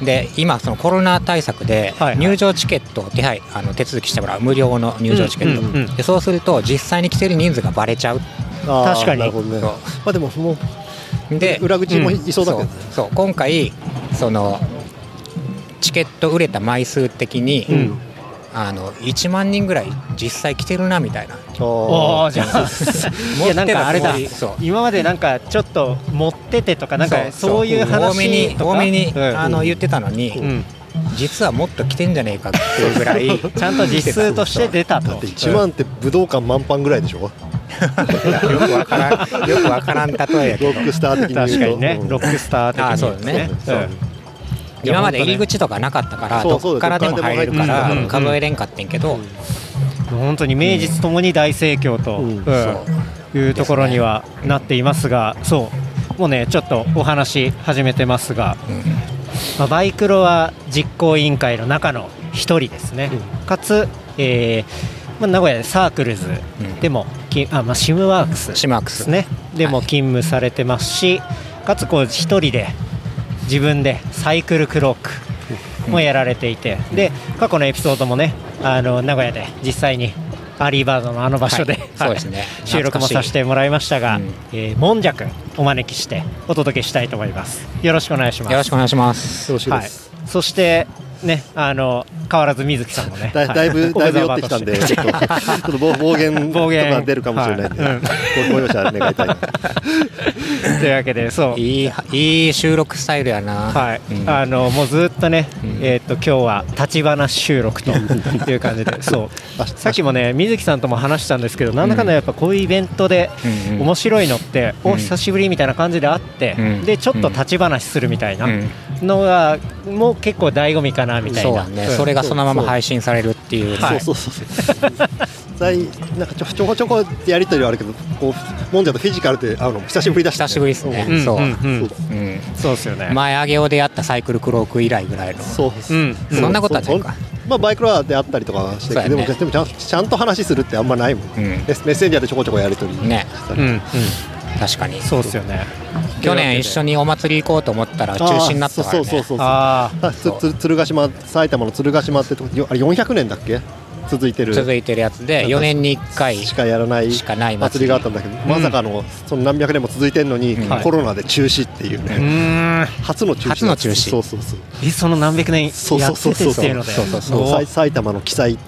で今そのコロナ対策ではいはい入場チケットを手配あの手続きしてもらう無料の入場チケット、うんうんうんでそうすると実際に来てる人数がバレちゃう [LAUGHS] あー確かになるほどねそうまあでももうで裏口もいいそうだけどね、そうそう今回そのチケット売れた枚数的に、んあの1万人ぐらい実際来てるなみたいなおあおじゃあいやなんかあれだそう今までなんかちょっと持っててとかなんかそういう多めに話とか多めに、うんあの言ってたのに、うん実はもっと来てんじゃねえかっていう [LAUGHS] ぐらいちゃんと実数として出たとで1万って武道館満帆ぐらいでしょよくわからんよくわからん例えやけロどックスター的に言うと確かにねうんロックスター的にああそうだねうん今まで入り口とかなかったからそどうそうっからでも入れるかうんうんうらん数えれんかってんけど、本当に名実ともに大盛況と、うんうんそいうところにはなっていますがそうもうねちょっとお話始めてますが、まあ、バイクロは実行委員会の中の一人ですね、かつ、えーまあ、名古屋でサークルズうんでも、きあまあ、シムワークスシマックでスすねでもはい勤務されてますし、かつこう一人で自分でサイクルクロックもやられていて、で過去のエピソードもねあの名古屋で実際にアリーバードのあの場所で,はいはい、そうですね [LAUGHS] 収録もさせてもらいましたが、懐かえー、もんじゃくんお招きしてお届けしたいと思いますよろしくお願いしますよろしくお願いしますよろしいはでいす、、そしてねあの変わらず水木さんもねだだいぶ、はだいぶ寄って [LAUGHS] きたんで、オブちザょっとちょっと暴暴言と暴言か出るかもしれないんで、はいうんごご容赦願いたい。ーバーとしてというわけでそういいいい収録スタイルやなはい、うんあのもうずっとね、んえーっと今日は立ち話収録という感 [LAUGHS] じで、そう。さっきもね、水木さんとも話したんですけど、なんだかんだやっぱこういうイベントでうんうん面白いのって、うんお久しぶりみたいな感じであって、うんでちょっと立ち話するみたいなうんのが、もう結構醍醐味かなみたいそうな。だね、それがそのまま配信されるっていう、はいそうそうそうそう。実際なんかちょちょこちょこやりとりはあるけど、こうもんじゃとフィジカルで会うのも久しぶりだし、久しぶりですね、うんそう、うんうんうんそうですよね。前上げをでやったサイクルクローク以来ぐらいのそうそう。うんそんなことはないかそんまあバイクロアであったりとかはしてそうるけやねど、でもでもちゃんちゃんと話するってあんまないもん、うんメッメッセンジャーでちょこちょこやりとりねしたうりんうん、確かにそうですよね。去年一緒にお祭り行こうと思ったら中止になったから、ね、あーそうそうそうそうああ、あつつ鶴ヶ島埼玉の鶴ヶ島ってとこよあれ400年だっけ続いてる続いてるやつで4年に1回しかやらないしかない祭りがあったんだけど、まさかのその何百年も続いてるのに、はいコロナで中止っていうね、うーん。初の中止初の中止そうそうそうえその何百年そうやそってうそうてそうっていうので、そうそうそうもおうさいー埼玉の記載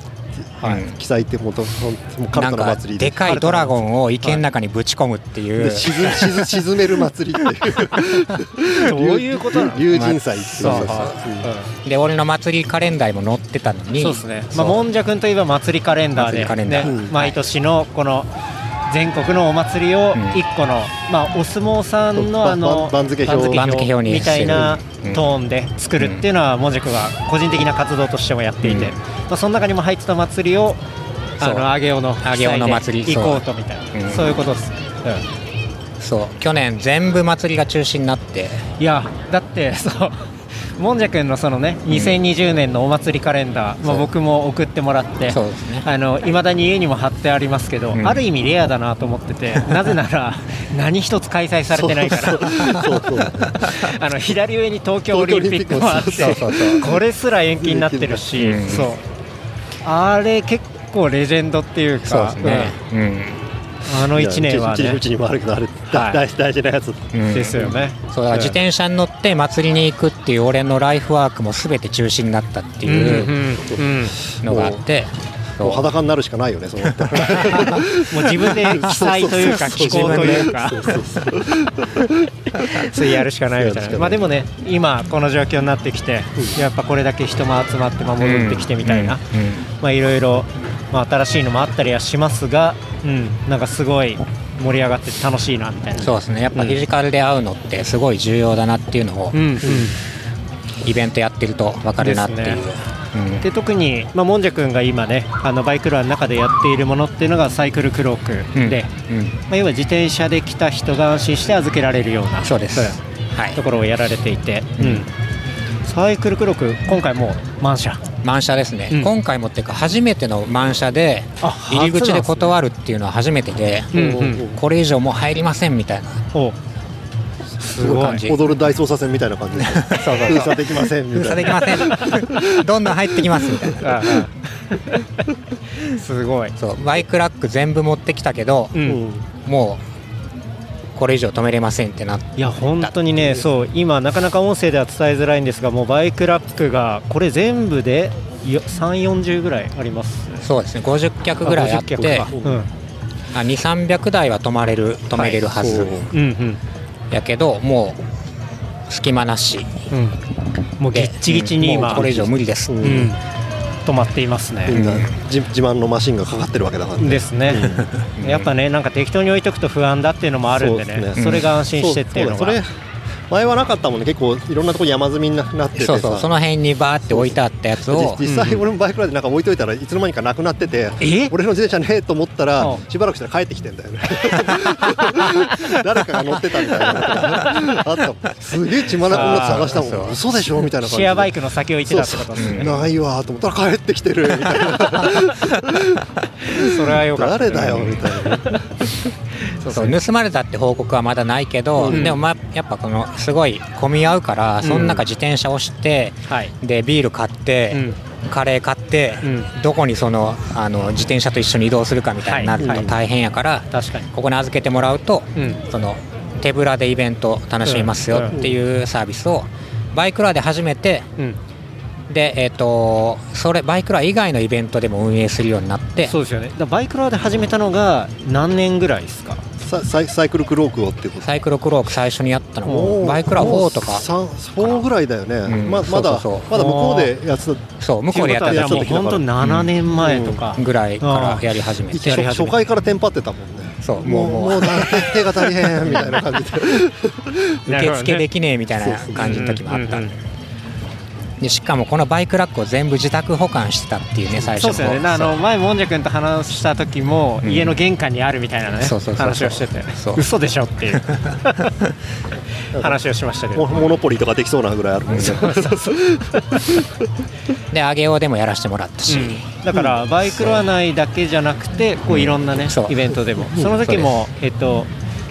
はい記載ってもうとほんもうかなるんたのか祭りででかいドラゴンを池の中にぶち込むっていう、で沈沈沈める祭りってい [LAUGHS] うどういうこと [LAUGHS] なの竜神祭っていうそうそうそううんで俺の祭りカレンダーにも載ってたのにそうですね、まそあ、うもんじゃくんといえば祭りカレンダー祭でりカレンダーねうん毎年のこの全国のお祭りをうん一個の、まあ、お相撲さんのばあの番付表番付表にみたいなしてるトーンで作るっていうのはもんじゃくんは個人的な活動としてもやっていて、うんまあ、その中にも入ってた祭りをあの上尾の上尾の祭り被災で行こうとみたいな、うんそういうことです、そう去年全部祭りが中止になっていやだって [LAUGHS] そうもんじゃくんのそのね、2020年のお祭りカレンダー、まそあ、う僕も送ってもらってそうですねあの未だに家にも貼ってありますけど、うんある意味レアだなと思って [LAUGHS] てなぜなら何一つ開催されてないからそうそうそう [LAUGHS] あの左上に東京オリンピックもあって東京オリンピックもそうそうそうこれすら延期になってるし、うんそうあれ結構レジェンドっていうそうでかすねうんうんあの1年はねうちにもあるけどあれはい大大事なやつうんですよね、そうだから自転車に乗って祭りに行くっていう俺のライフワークも全て中止になったってうんういうんうんのがあって、もうそう裸になるしかないよねそう思ったらもう自分で記載というかそう機そうそう構というかそうそうそうそれやるしかないみたいな、まあ、でもね今この状況になってきてやっぱこれだけ人も集まってまあ戻ってきてみたいなうんまあいろいろまあ新しいのもあったりはしますが、うん、なんかすごい盛り上がって楽しいなみたいなそうですねやっぱフィジカルで会うのってすごい重要だなっていうのを、うんうん、イベントやってると分かるなっていう、ですねで特に、まあ、もんじゃくんが今ねあのバイクロアの中でやっているものっていうのがサイクルクローうんクで、うんまあ、要は自転車で来た人が安心して預けられるようなそうです、はいところをやられていて、うんうんサイクルクローク今回もう満車満車ですね、うん今回もっていうか初めての満車であ入り口初なんでですね断るっていうのは初めてで、うんうんうんこれ以上もう入りませんみたいなおすごい感 [LAUGHS] じ踊る大捜査線みたいな感じで封鎖できませんみ封た鎖いでなきま [LAUGHS] せんどんどん入ってきますみたいな [LAUGHS] すごいそうバイクラック全部持ってきたけど、ううんんもうこれ以上止めれませんってなっていや本当にね、そう今、なかなか音声では伝えづらいんですが、もうバイクラックが、これ全部でよ3、40ぐらいあります、そうですね50脚ぐらいあって50脚かうんあ2300台は止まれる止めれるはず、はいうんうんやけどもう隙間なしうん、もうぎでっちぎちにも今、うこれ以上無理です、うん、止まっていますみね。んな自自慢のマシンがかかってるわけだからねですね、やっぱね、なんか適当に置いとくと不安だっていうのもあるんでね、そうそですねれが安心してっていうのそが、うそうだそれ前はなかったもんね結構いろんなとこに山積みになっててそうそうさその辺にバーって置いてあったやつを実実際俺もバイクラでなんか置いといたらいつの間にかなくなっててえ俺の自転車ねえと思ったらうんしばらくしたら帰ってきてんだよね誰かが乗ってたみたいなのがあったもんすげえ血まなこになって探したもん嘘でしょみたいな感じシェアバイクの先を行ってそたうってそことうですね、ないわと思ったら帰ってきてる [LAUGHS] みたいなそれはよかった、誰だよみたいなそうそう盗まれたって報告はまだないけど、うんでも、まあ、やっぱこのすごい混み合うからその中自転車押して、はい、でビール買って、カレー買って、うんどこにそのあの自転車と一緒に移動するかみたいになるはいとはい大変やから、確かに、ここに預けてもらうと、うんその手ぶらでイベント楽しみますよっていうサービスをバイクラで初めてうん、で、えー、とそれバイクラ以外のイベントでも運営するようになってそうですよね、だからバイクロアで始めたのが何年ぐらいですか、さサイサイクルクロークをっていうことサイクロクローク最初にやったのももうバイクラもう4とか三4ぐらいだよね、うんままだそうそうそうまだ向こうでやってたそう向こうでやったてじやゃつあもう本当7年前とか、ぐらいからやり始め初てり始め初た回からテンパってたもんねそうももううももううだ手手が足りへんみたいな感 [LAUGHS] じでなる受ほどね付できねえみたいな感じの時もあったうんうんでしかもこのバイクラックを全部自宅保管してたっていうね最そう初ですよねなあの前もんじゃくんと話した時も、うん家の玄関にあるみたいなねそうそうそうそう話をしててそう嘘でしょって [LAUGHS] いう話をしましたけモどモノポリーとかできそうなぐらいあるもんねで上げをでもやらせてもらったし、だからバイクロア内だけじゃなくてこういろんなねそうイベントでもその時もえっと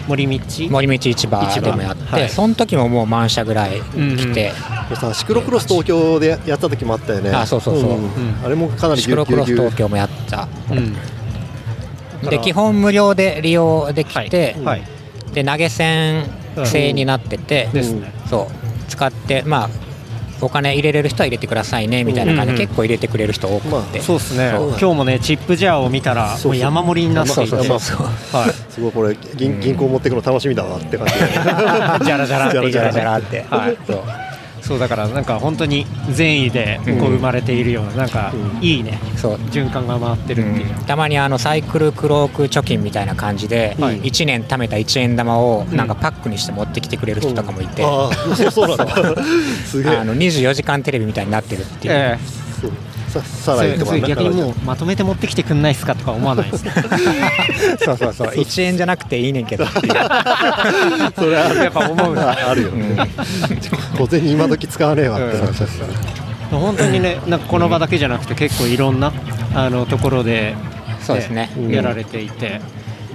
森道森道市場でもやって、市場はいその時ももう満車ぐらい来て、さシクロクロス東京でやった時もあったよねあそうそうそうんんあれもかなりシぎゅクうロぎクゅうロぎスゅう東京もやったうんらで基本無料で利用できて、はいで投げ銭制になってて、ですねそう使ってまあお金入れれる人は入れてくださいねみたいな感じうんで結構入れてくれる人多くて、まあそうですねそう今日もねチップジャーを見たらそうもう山盛りになっていてそうそうそうはいすごいこれ銀銀行持ってくの楽しみだなって感じじ [LAUGHS] ゃらじゃらってジャラジャラって、はいそうそうだからなんか本当に善意でこう生まれているようななんかいいねそう循環が回ってるっていうたまにあのサイクルクローク貯金みたいな感じで、はい1年貯めた1円玉をなんかパックにして持ってきてくれる人とかもいて、ああそうそうなんだすげえあの24時間テレビみたいになってるっていう、ええそうささらにとそかれ逆にもうまとめて持ってきてくんないですかとか思わないですねそうそうそう1円じゃなくていいねんけどっていうそれはやっぱ [LAUGHS] 思うなあるよね小銭今時使わねえわって話本当に [CLEARS THROAT] ねなんかこの場だけじゃなくて結構いろんなあのところで、そうですねやられていて、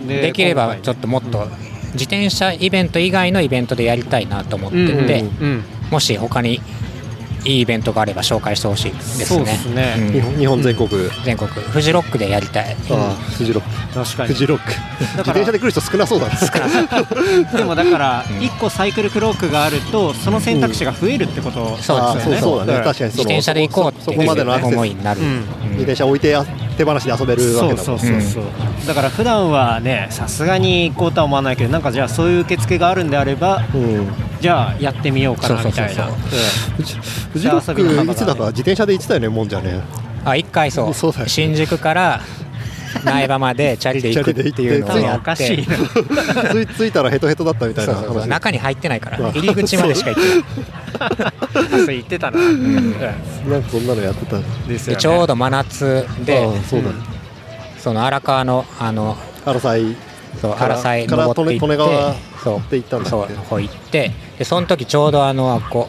でできればちょっともっと自転車イベント以外のイベントでやりたいなと思ってて、今回うんもし他にいいイベントがあれば紹介してほしいですそうねですね、うん日本日本全国全国フジロックでやりたいああフジロック確かフにジロック自転車で来る人少なそうだねでもだ [LAUGHS] から1個サイクルクロークがあるとその選択肢が増えるってことそうああですそうよねそうだね確かにそ自の転車で行こうそっそてこまでのアクセス思いになる、うん自転車置いてあ手放しで遊べるわそけうだそもうんそうそう、だから普段はねさすがに行こうとは思わないけどなんかじゃあそういう受付があるんであればうんじゃあやってみようかなみたいなそうそうフジフジロじゃあ遊びのッ幅クがいつだか自転車で行ってたよねもんじゃ [LAUGHS] ねあ一回そうそうだよね新宿から苗場までチャリで行くっていうのをそうやおっかしていなついついたらヘトヘトだったみたいそなうそうそう話中に入ってないからうん入り口までしか行ってないそう言って [LAUGHS] たな、なんかそんなのやってたですでよ、ね、ちょうど真夏でああそうだねその荒川のあの争いそうから原さえから登っていって利根川そうって行ったんだっけそうこう行ってでその時ちょうどあのこ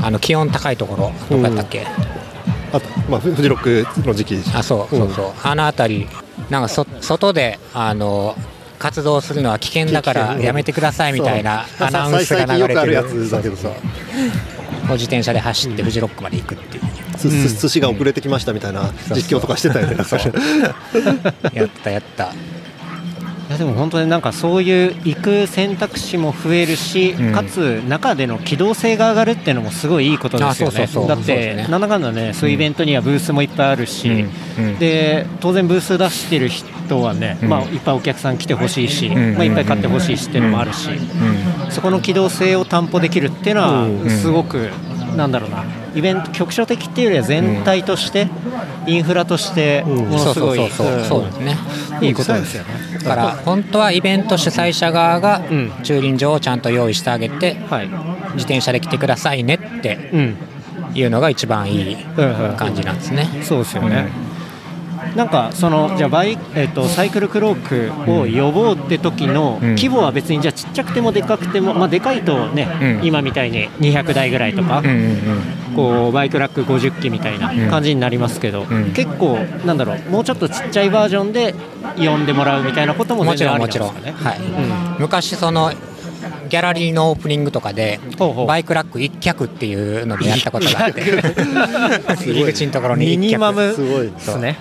うあの気温高いところどこやったっけ、あとまあフフジロックの時期あそうそうそう、あの辺りなんかそ外であの活動するのは危険だか危ら険やめてくださいみたいなそうアナウンス最が近流よれくあてるるやつだけどさもう自転車で走ってフジロックまで行くっていうすす寿司が遅れてきましたみたいな実況とかしてたよねなんかねやったやったいやでも本当になんかそういう行く選択肢も増えるし、うんかつ中での機動性が上がるっていうのもすごいいいことですよあそうねそうそうだそっうですてねなんだかんだねそういうイベントにはブースもいっぱいあるし、うんうんで当然ブース出してる人はね、うんまあ、いっぱいお客さん来てほしいし、んまあ、いっぱい買ってほしいしっていうのもあるし、そこの機動性を担保できるっていうのはすごく、なんだろうなイベント局所的っていうよりは全体として、インフラとしてものすごい、そうそうそうそううそうんですねいいことですよね。だから本当はイベント主催者側がうん駐輪場をちゃんと用意してあげてはい、自転車で来てくださいねってうんいうのが一番いいうんうん感じなんですね。そうですよね。なんかそのじゃあバイ、えっとサイクルクロークを呼ぼうって時のうん規模は別にじゃあちっちゃくてもでかくても、まあ、でかいとね、うん今みたいに200台ぐらいとか、うんうんこうバイクラック50機みたいな感じになりますけど、ん結構なんだろうもうちょっとちっちゃいバージョンで呼んでもらうみたいなことうもん、も全ち然ろあんりなもんですちろん、かね。んはい昔そのギャラリーのオープニングとかでほうほうバイクラック一脚っていうのでやったことがあって [LAUGHS] 入り口のところにミ一ニ脚マムすごいですね。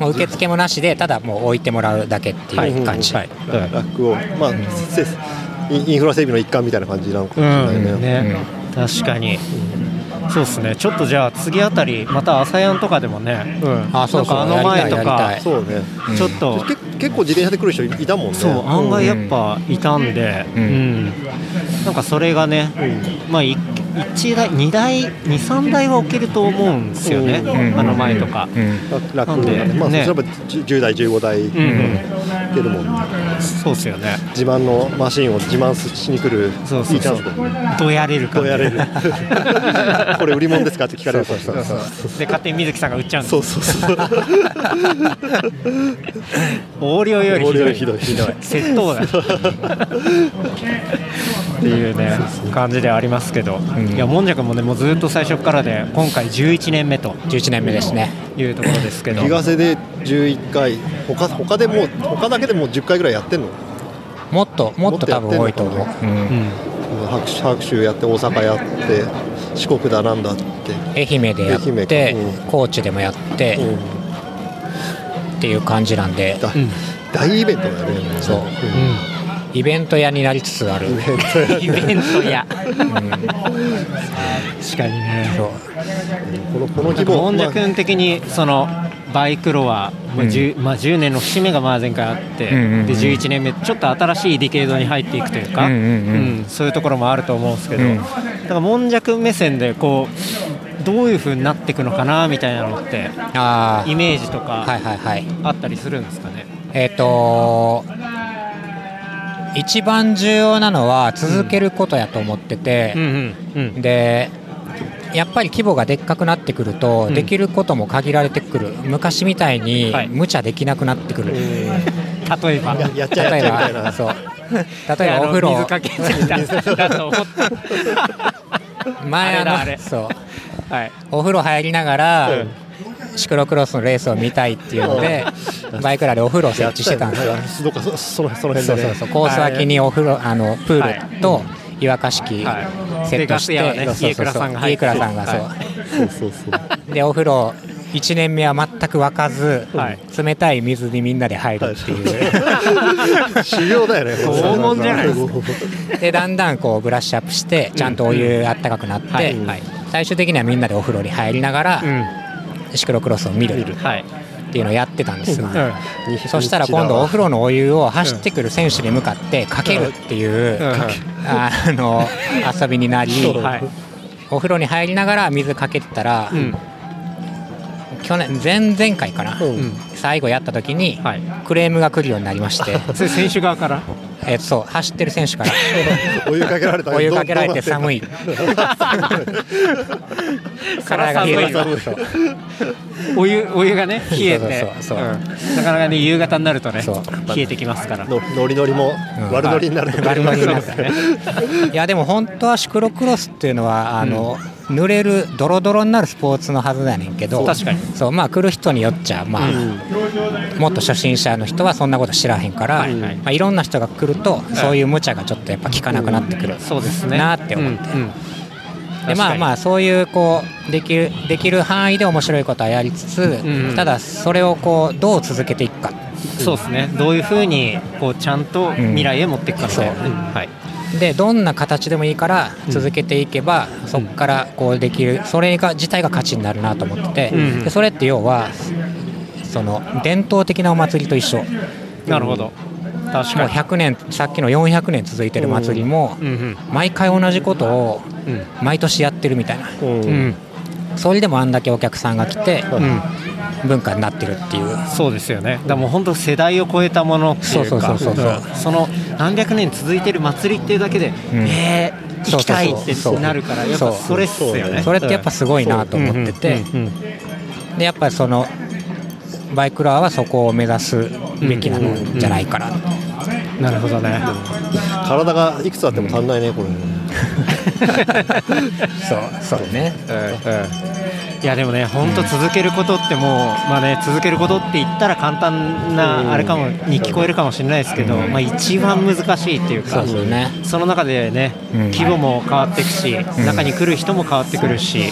もう受付もなしでただもう置いてもらうだけっていう感じ、ラックをまあせインインフラ整備の一環みたいな感じなのかうもしれないね,、んね確かに、そうですねちょっとじゃあ次あたりまた朝やんとかでもね、あそうそうなんかあの前とやりたいかやりたいそうねちょっと、け結構自転車で来る人いたもんねそう案外やっぱいたんで、うんんなんかそれがね、まあい一台2台23台は置けると思うんですよね、うんあの前とか。うんララックなんでまあ、ねそしたらばじゅ 10, 代15台いけるもんね、そうっすよね。自慢のマシンを自慢しに来るそうそうそういいチャンスだよねどうやれるかどうやれ [LAUGHS] るこれ売り物ですかって聞かれるからそうそうで勝手に水木さんが売っちゃうんですそうそうそう [LAUGHS] 横領よりひどい横領よりひどい窃盗だっていうね感じではありますけど、いやもんじゃくんもねもうずっと最初からで今回11年目と11年目ですねいうところですけど日傘で11回他他でもう他だけでもう10回ぐらいやってんのもっともっと多分多いと思もうっとやっ、うん白州白州やって大阪やって四国だなんだって愛媛でやっ愛て媛かう高知でもやってうんっていう感じなんでだ大イベントだよねそうイベント屋になりつつあるイベントや確かにねそうこのこの規模もんじゃまあくん的にそのバイクロは、まあ 10, まあ10年の節目がまあ前回あって、うんうんうんで11年目ちょっと新しいディケードに入っていくというか、うんうんうんうんそういうところもあると思うんですけど、うんだからもんじゃくん目線でこうどういう風になっていくのかなみたいなのってあイメージとあはいかはいはいあったりするんですかね、えっ、と一番重要なのは続けることやと思ってて、うんうんうんでやっぱり規模がでっかくなってくると、うんできることも限られてくる昔みたいにはい無茶できなくなってくる、例えばややっちゃえ例えやっちゃえみたいばなそう例えばお風いやあの水呂かけちゃっただと思った前あれだああれのそうはいお風呂入りながら、シクロクロスのレースを見たいっていうのでバイクラでお風呂を設置してたんですよやっちゃえみたいなどっかそそのその辺そでうねそうそうコース脇にお風呂あのプールと湯沸かし器はいセットして、でガス屋はねそうそうそう家倉さんが入って家倉さんがそう、はそうそうそうでお風呂1年目は全く沸かず、はい冷たい水にみんなで入るっていう、修行だよね拷問じゃないですでだんだんこうブラッシュアップしてちゃんとお湯あったかくなって、はいはい最終的にはみんなでお風呂に入りながら、シクロクロスを見るっはいていうのをやってたんですよ、うんそしたら今度お風呂のお湯を走ってくる選手に向かってかけるっていう、あの遊びになり、はいお風呂に入りながら水かけてたら、うん去年前々回かな、うん最後やった時に、はいクレームが来るようになりま [LAUGHS] してそれ選手側からえっとそう走ってる選 [LAUGHS] 手からお湯かけられたお湯かけられて寒いいから体が冷えるそうお湯お湯がね冷えてそうそうそううそうんなかなかね夕方になるとねそ冷えてきますからのノリノリもん悪ノリになると丸まりになっそうたでねいやでも本当はシクロクロスっていうのはあの、濡れるドロドロになるスポーツのはずやねんけど確かにそうまあ来る人によっちゃまあ、もっと初心者の人はそんなこと知らへんから、はいいはいまあ、いろんな人が来るとそういう無茶がちょっとやっぱ効かなくなってくる、そうですねなーって思って、うんうんでまあまあそういうこうできるできる範囲で面白いことはやりつつ、んうんただそれをこうどう続けていくかそうですねどういうふうにこうちゃんと未来へ持っていくかみたいなねうんはいでどんな形でもいいから続けていけば、そこからこうできるそれが自体が価値になるなと思ってて、うんうんでそれって要はその伝統的なお祭りと一緒もなるほど確うかに100年さっきの400年続いてる祭りも、うん毎回同じことをうん毎年やってるみたいな、うんうんうんそれでもあんだけお客さんが来て、うん文化になってるっていうそうですよねだからもう本当世代を超えたものっていうかそうそうそうそうそうんその何百年続いてる祭りっていうだけで、うんえー行きたいっそうそうてそうなるからやっぱそうそれっすよねそれってやっぱすごいなと思ってて、うんうんでやっぱりそのバイクラーはそこを目指すべきなのじゃないかな、うんなるほどね体がいくつあっても足んないねこれそうそうねいやでもね本当続けることってもう、まあね続けることって言ったら簡単なあれかもに聞こえるかもしれないですけど、まあ一番難しいっていうそかうそうねその中でね、うん規模も変わっていくし、中に来る人も変わってくるし、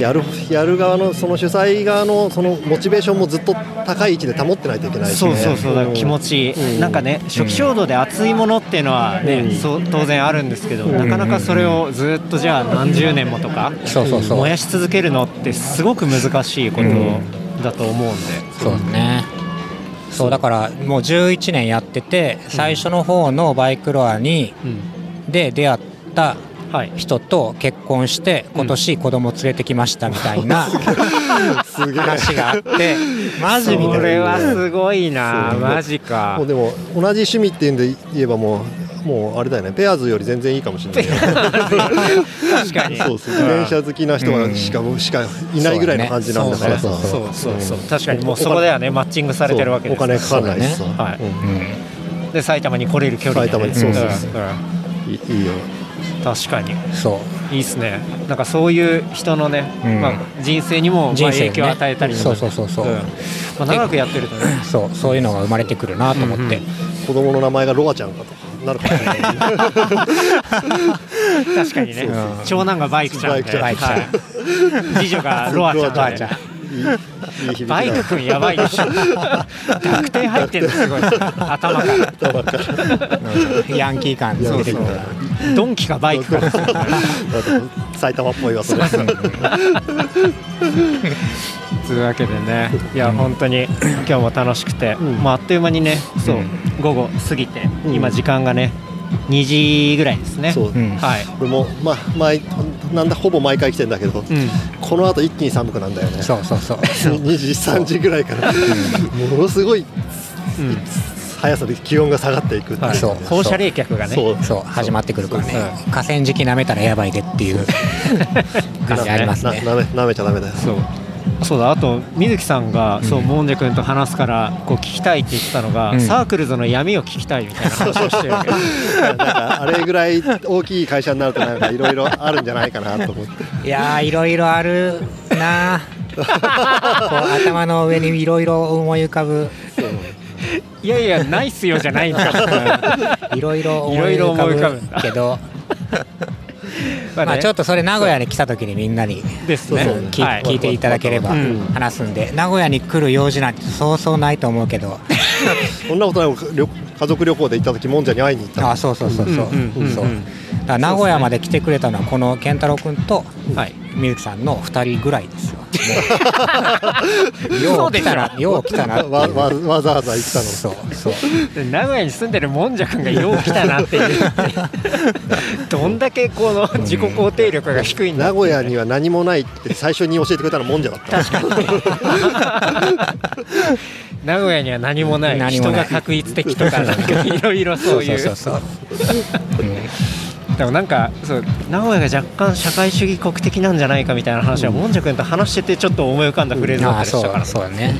ややるやる側のその主催側のそのモチベーションもずっと高い位置で保ってないといけないしそねうそうそうだから気持ちちいい、うんなんかね初期衝動で熱いものっていうのはね、うんそう当然あるんですけど、なかなかそれをずっとじゃあ何十年もとか、そうそうそう燃やし続けるのってすごく難しいことだと思うんで、そうねそうだからもう11年やってて最初の方のバイクロアにで出会ったはい人と結婚して今年子供連れてきましたみたい [LAUGHS] なすげえ話があってマジみそたいれなはすごいなマジか [LAUGHS] もうでも同じ趣味っていうんで言えばもうもうあれだよねペアーズより全然いいかもしれ [LAUGHS] ない確かにそうそう自転車好きな人がしか,、しかいないぐらいの感じなんだからそうだねさそうそうそう確かにもうそこではねマッチングされてるわけですお金かかんないしさ、そうはいうんで埼玉に来れる距離でね、埼玉にそうそうそうんんいいいよ確かにそういいですねなんかそういう人のね、うんまあ、人生にもま人あ生にね影響を与えたりとかそうそうそうそうんまあ、長くやってると [LAUGHS] ねそうそういうのが生まれてくるなと思って、子供の名前がロアちゃんかとかなるかもしれない確かにね長男がバイクちゃんバイクちでゃんバイクちゃんはい次女がロアちゃんロアでちゃんいいいい響きだバイクくんやばいでしょ濁点入ってるのすごい [LAUGHS] 頭からヤンキー感出てくるからドンキかバイクかですよねあと [LAUGHS] 埼玉っぽいわそれというわけでねいや本当に今日も楽しくて、んまあ、あっという間にねそう、午後過ぎて、うん今時間がね2時ぐらいですねそう、んはい、俺もまあ毎なんだほぼ毎回来てんだけど、うん、この後一気に寒くなんだよねそうそうそう2時3時ぐらいから、ものすごい、うん速さで気温が下がっていくっていうそう放射冷却がねそうそう始まってくるからねそう河川敷舐めたらやばいでっていう感じありますなねなめなめちゃダメだよそうそうだあと水木さんが、そうモンジェ君と話すからこう聞きたいって言ってたのが、うんサークルズの闇を聞きたいみたいな話をしてるわ [LAUGHS] けなんかあれぐらい大きい会社になるとなんかいろいろあるんじゃないかなと思っていやーいろいろあるなあこう頭の上にいろいろ思い浮かぶいやいやないっすよじゃないんだいろいろ思いいろいろ思い浮浮かかぶぶんだけど [LAUGHS] まあちょっとそれ名古屋に来た時にみんなにですねうん聞いはい聞いていただければうん話すんで名古屋に来る用事なんてそうそうないと思うけどそんなことない僕旅家族旅行で行った時もんじゃに会いに行ったあそうそうそうそううんうんうんうんそうだから名古屋まで来てくれたのはこの健太郎君とはいみゆきさんの2人ぐらいです [LAUGHS] よ。もうよう来たな、よう来たなっていうわわわざわざ行ったのそうそう。で名古屋に住んでるもんじゃくんがよう来たなって [LAUGHS] いうどんだけこの自己肯定力が低いんだ名っていう古ね屋には何もないって最初に教えてくれたのもんじゃだった名古屋には何もない何も人ないが確一的とかなんかいろいろそういうそうそうそう。うんでもなんかそう名古屋が若干社会主義国的なんじゃないかみたいな話は、もんじゃくんと話しててちょっと思い浮かんだフレーズだったありしたから、ーそうそうね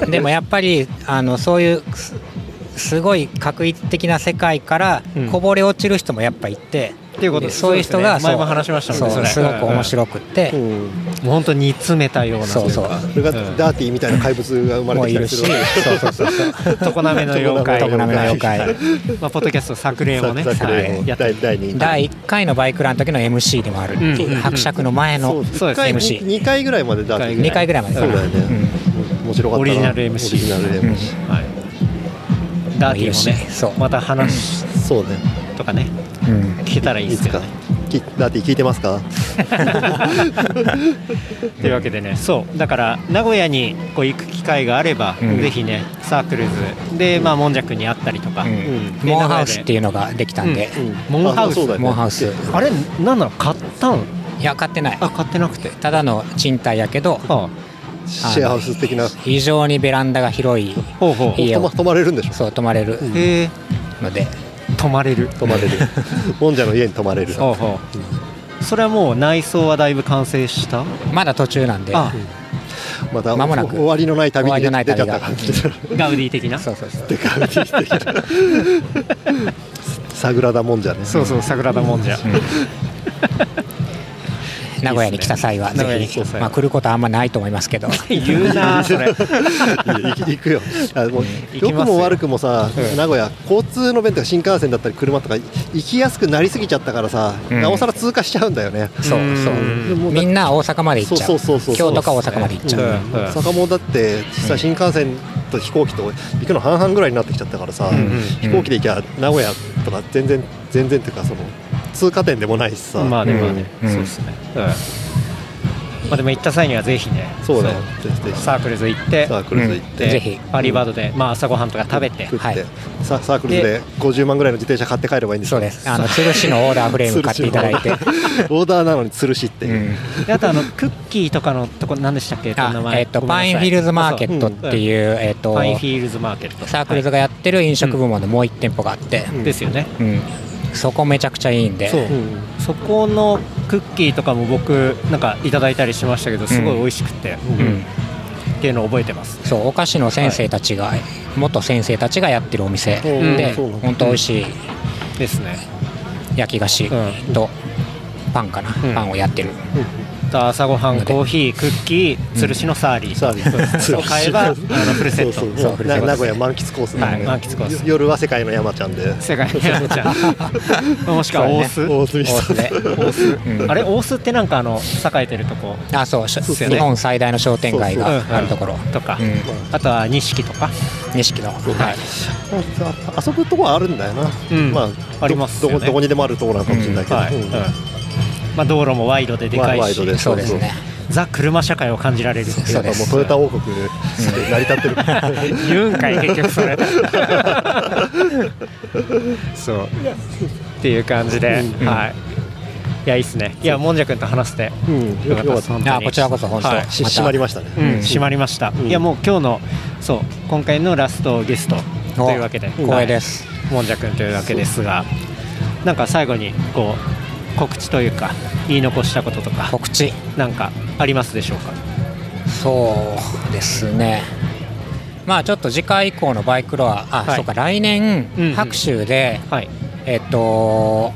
そうでもやっぱりあのそういうすすごい画一的な世界からうんこぼれ落ちる人もやっぱいて、っていうことでですそういう人そうがですね前も話しましたもんねそうそすれごく面白くって、もう本当に煮詰めたようなそうそう [LAUGHS] それがダーティーみたいな怪物が生まれもてうきいたりるすしるわけそうそうそうそう常滑の妖怪常滑の妖怪 [LAUGHS] まあ、ポッドキャスト作例もねささは例いのやって第第2第1回のバイクランの時の MC でもあるっていう、うんうんうん伯爵の前のそうそうですね一回 MC 二二回ぐらいまでダーティー2回ぐらいまでそうだよね、面白かったなオリジナル MC オリジナル MC、はいダーティーもねそうまた話そうねとかねうんうん聞けたらいいいでいですすよかねきダーティー聞いてますかというわけでねそうだから名古屋にこう行く機会があれば、うんぜひねサークルズで、まあ、もんじゃくんに会ったりとか、うんでモンハウスっていうのができたんで、モンハウスあそうだよねモンハウスあれなんなの買ったんいや買ってないあ買ってなくてただの賃貸やけどはシェアハウス的な非常にベランダが広いあほうほう家泊をま泊まれるんでしょそう泊まれるへえので、泊まれる泊ま [LAUGHS] れるもんじゃの家に泊まれるほうほうそれはもう内装はだいぶ完成したまだ途中なんであまた間もなく終わりのない旅に終わりのない出旅ちゃがった感じガウディ的なそうそうそうサグラダもんじゃねそうそう桜田もんじゃ名古屋に来た際は名古屋ぜに来ひた際はまあ来ることはあんまないと思いますけど言うなそれ行き行くよあも行きまう良すよくも悪くもさ、名古屋交通の便とか新幹線だったり車とか行きやすくなりすぎちゃったからさ、うんなおさら通過しちゃうんだよねそうそうでもみんな大阪まで行っちゃそううそうそうそう京都か大阪まで行っちゃう、うんうん大阪もだって実際新幹線と飛行機と行くの半々ぐらいになってきちゃったからさ、うん飛行機で行きゃ名古屋とか全然全然っていうかその通過点でもないしさ、まあでもね、うんそうですね、うんまあでも行った際にはぜひねそうだよぜひぜひサークルズ行ってサークルズ行って、でぜひアリバードで、まあ、朝ごはんとか食べて食って、はいササークルズで50万ぐらいの自転車買って帰ればいいんですそうですあの鶴市のオーダーフレーム買っていただいて、 [LAUGHS] オーダーなのに吊るしってういう、んであとあのクッキーとかのとこ何でしたっけお名あ前えっとごめんなパさいインフィールズマーケットっていう、えっそうとパインフィールズマーケットサークルズがやってる飲食部門のもう1店舗があって、はいですよねうんそこめちゃくちゃいいんでそう、そこのクッキーとかも僕なんかいただいたりしましたけどすごい美味しくて、ううんんっていうのを覚えてますそうお菓子の先生たちが、元先生たちがやってるお店うんで、そうなんだ本当美味しいですね焼き菓子うんとパンかな、んパンをやってる、と朝ごはんコーヒークッキーつるしのサーリー、サービスを買えばあのフルセットそうそうそうフルセットな名古屋満喫コースなんで、はい満喫コースよ夜は世界の山ちゃんで世界の山ちゃんもしくは大須、大隅大さ須んでうんあれ大須ってなんかあの栄えてるとこあそうしそうっすよね日本最大の商店街そうそううんがあるところとか、うんあとは錦とか錦の、はい、あ遊ぶとこはあるんだよな、うんまあありますよねどこどこにでもあるところなのかもしれないけど、はい、うんうんまあ、道路もワイドででかいワイしドでそうですねザ・車社会を感じられるそうやっぱもうトヨタ王国で成り立ってる、言うんかい結局それそうっていう感じで、はいいやいいっすねいやもんじゃくんと話してうんよかったですよ本当にあこちらこそ本当、はいし閉まりましたね、うん、閉まりました、んいやもう今日のそう今回のラストゲストというわけで光栄です、もんじゃくんというわけですがなんか最後にこう告知というか言い残したこととか告知なんかありますでしょうかそうですねまあちょっと次回以降のバイクロアあ、はいそうか来年うんうん白州で、はいえっと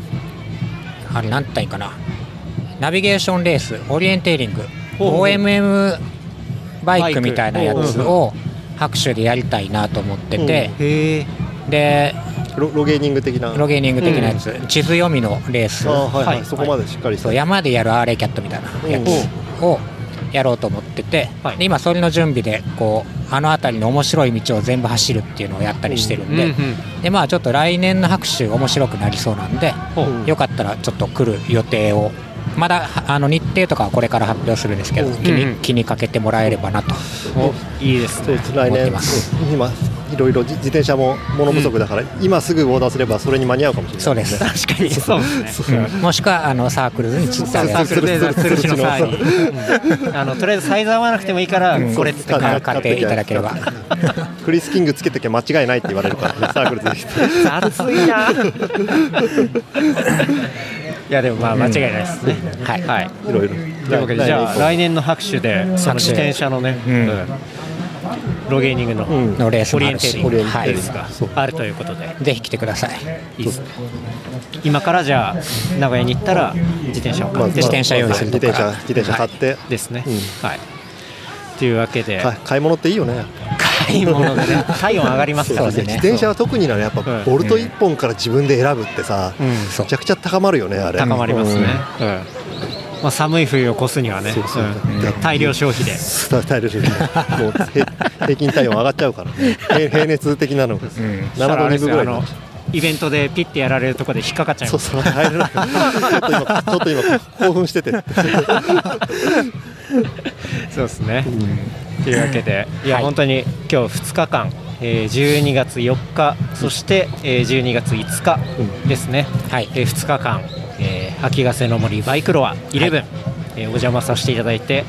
あれ何て言うんかなナビゲーションレースオリエンテーリングほうほう OMM バイクみたいなやつバイクを白州でやりたいなと思ってて、へえでロロゲーニング的なロゲーニング的なやつ、地図読みのレースああはい、はいはいそこまでしっかりしたそう山でやる RA キャットみたいなやつをやろうと思ってて、はいで今それの準備でこうあの辺りの面白い道を全部走るっていうのをやったりしてるんで,、でまあ、ちょっと来年の白州面白くなりそうなんで、よかったらちょっと来る予定をまだはあの日程とかはこれから発表するんですけど、気うんうにん気にかけてもらえればなといいですそうねです来思って年ますうん今いろいろ自自転車も物不足だから、今すぐオーダーすればそれに間に合うかもしれないそうです、確かにそうですねうんもしくはあのサークルズにつってあげサーるクルでザツルシのサーに、うんあのとりあえずサイズ合わなくてもいいからこれっつって買う買っていただければクリス・キングつけときゃ間違いないって言われるからね、サークルで雑いないやでもまあ [LAUGHS] 間違いないですね、はいはいいろいろというわけでじゃあ来来年の拍手でその拍手自転車のね、うんうんロゲーニングの、んのレースオもリあエンるテーし、リングはでい、すかあるということでぜひ来てくださいいいですね今からじゃあ名古屋に行ったら自転車をまあ買って、自転車用意する自とか転車自転車買って、ですね、はいというわけで、か [LAUGHS] 買い物っていいよね買い物でね体温上がりますから自ね転車は特になのやっぱうんボルト1本から自分で選ぶってさ、そうめちゃくちゃ高まるよねあれ高まりますね、うんまあ、寒い冬を越すにはねそうそううん大量消費でうん体力がもうへ平均体温上がっちゃうからね平平熱的なのがだからあれで7度2す分ぐよらあいののイベントでピッてやられるとこで引っかかっちゃいまそうすそう入れないちょっと今ちょっと今興奮しててそうですね、というわけでいや、はい本当に今日2日間、えー12月4日そして、えー12月5日ですね、はいえ2日間、えー秋ヶ瀬の森バイクロア11、えーお邪魔させていただいて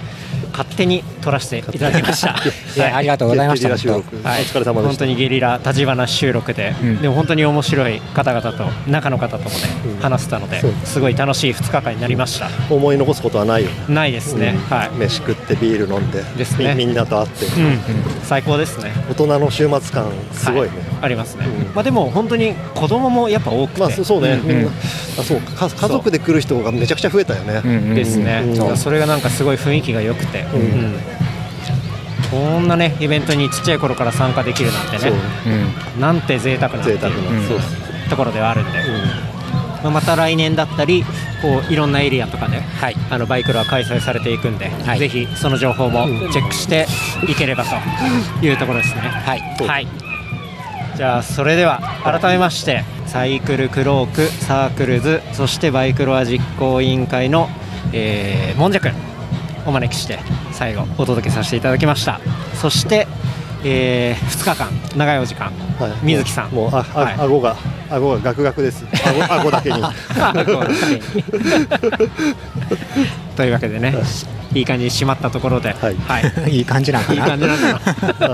勝手に撮らせていただきましたいやありがとうございましたゲリラ収録おはい疲れ様で本し当たにゲリラ立ち話収録で、うんでも本当に面白い方々と中の方ともね、話せたのでそうすごい楽しい2日間になりました、思い残すことはないよねないですね、はい、飯食ってビール飲んでですねみみんなと会ってうん、最高ですね大人の週末感すごいね、はありますね、まあでも本当に子供もやっぱ多くて、まあそそうね、んみんなあそうか家族で来る人がめちゃくちゃ増えたよね、うんうんですね、うんそうそれがなんかすごい雰囲気が良くて、うんんこんなねイベントにちっちゃい頃から参加できるなんてそうねうんなんて贅沢なってい贅う沢な、うんそうところではあるんで、まあ、また来年だったりこういろんなエリアとかね、はいあのバイクロは開催されていくんで、はいぜひその情報もチェックしていければというところですね。はいはいじゃあそれでは改めましてサイクルクロークサークルズそしてバイクロア実行委員会の、えー、もんじゃくんお招きして最後お届けさせていただきましたそして、え2日間長いお時間、はい水木さんもうあ、あはい顎が顎がガクガクです顎顎だけに [LAUGHS] というわけでね、いい感じに締まったところで、は、はいいいい [LAUGHS] 感じなのかいい感な。じなんだな。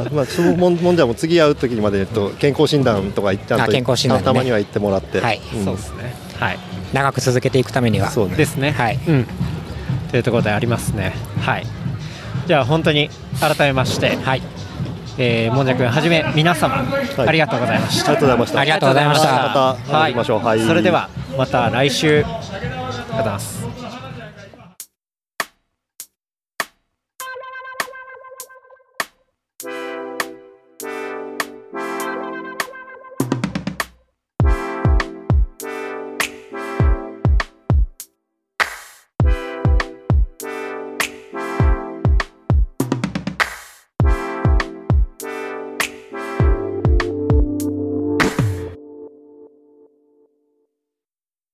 あ [LAUGHS] まあそのもんもんじゃもう次会う時にまで、えっと、健康診断とか行ったあ健康診断ねたまには行ってもらって、はいうんそうですね。はい、長く続けていくためには。そうねですね。はいうん。というところでありますね。はい。じゃあ本当に改めまして、はい。えー、もんじゃくんはじめ皆様、いありがとうございましありたがとうございましたありがとうございましたまた会いましょう、それではまた来週ありがとうございます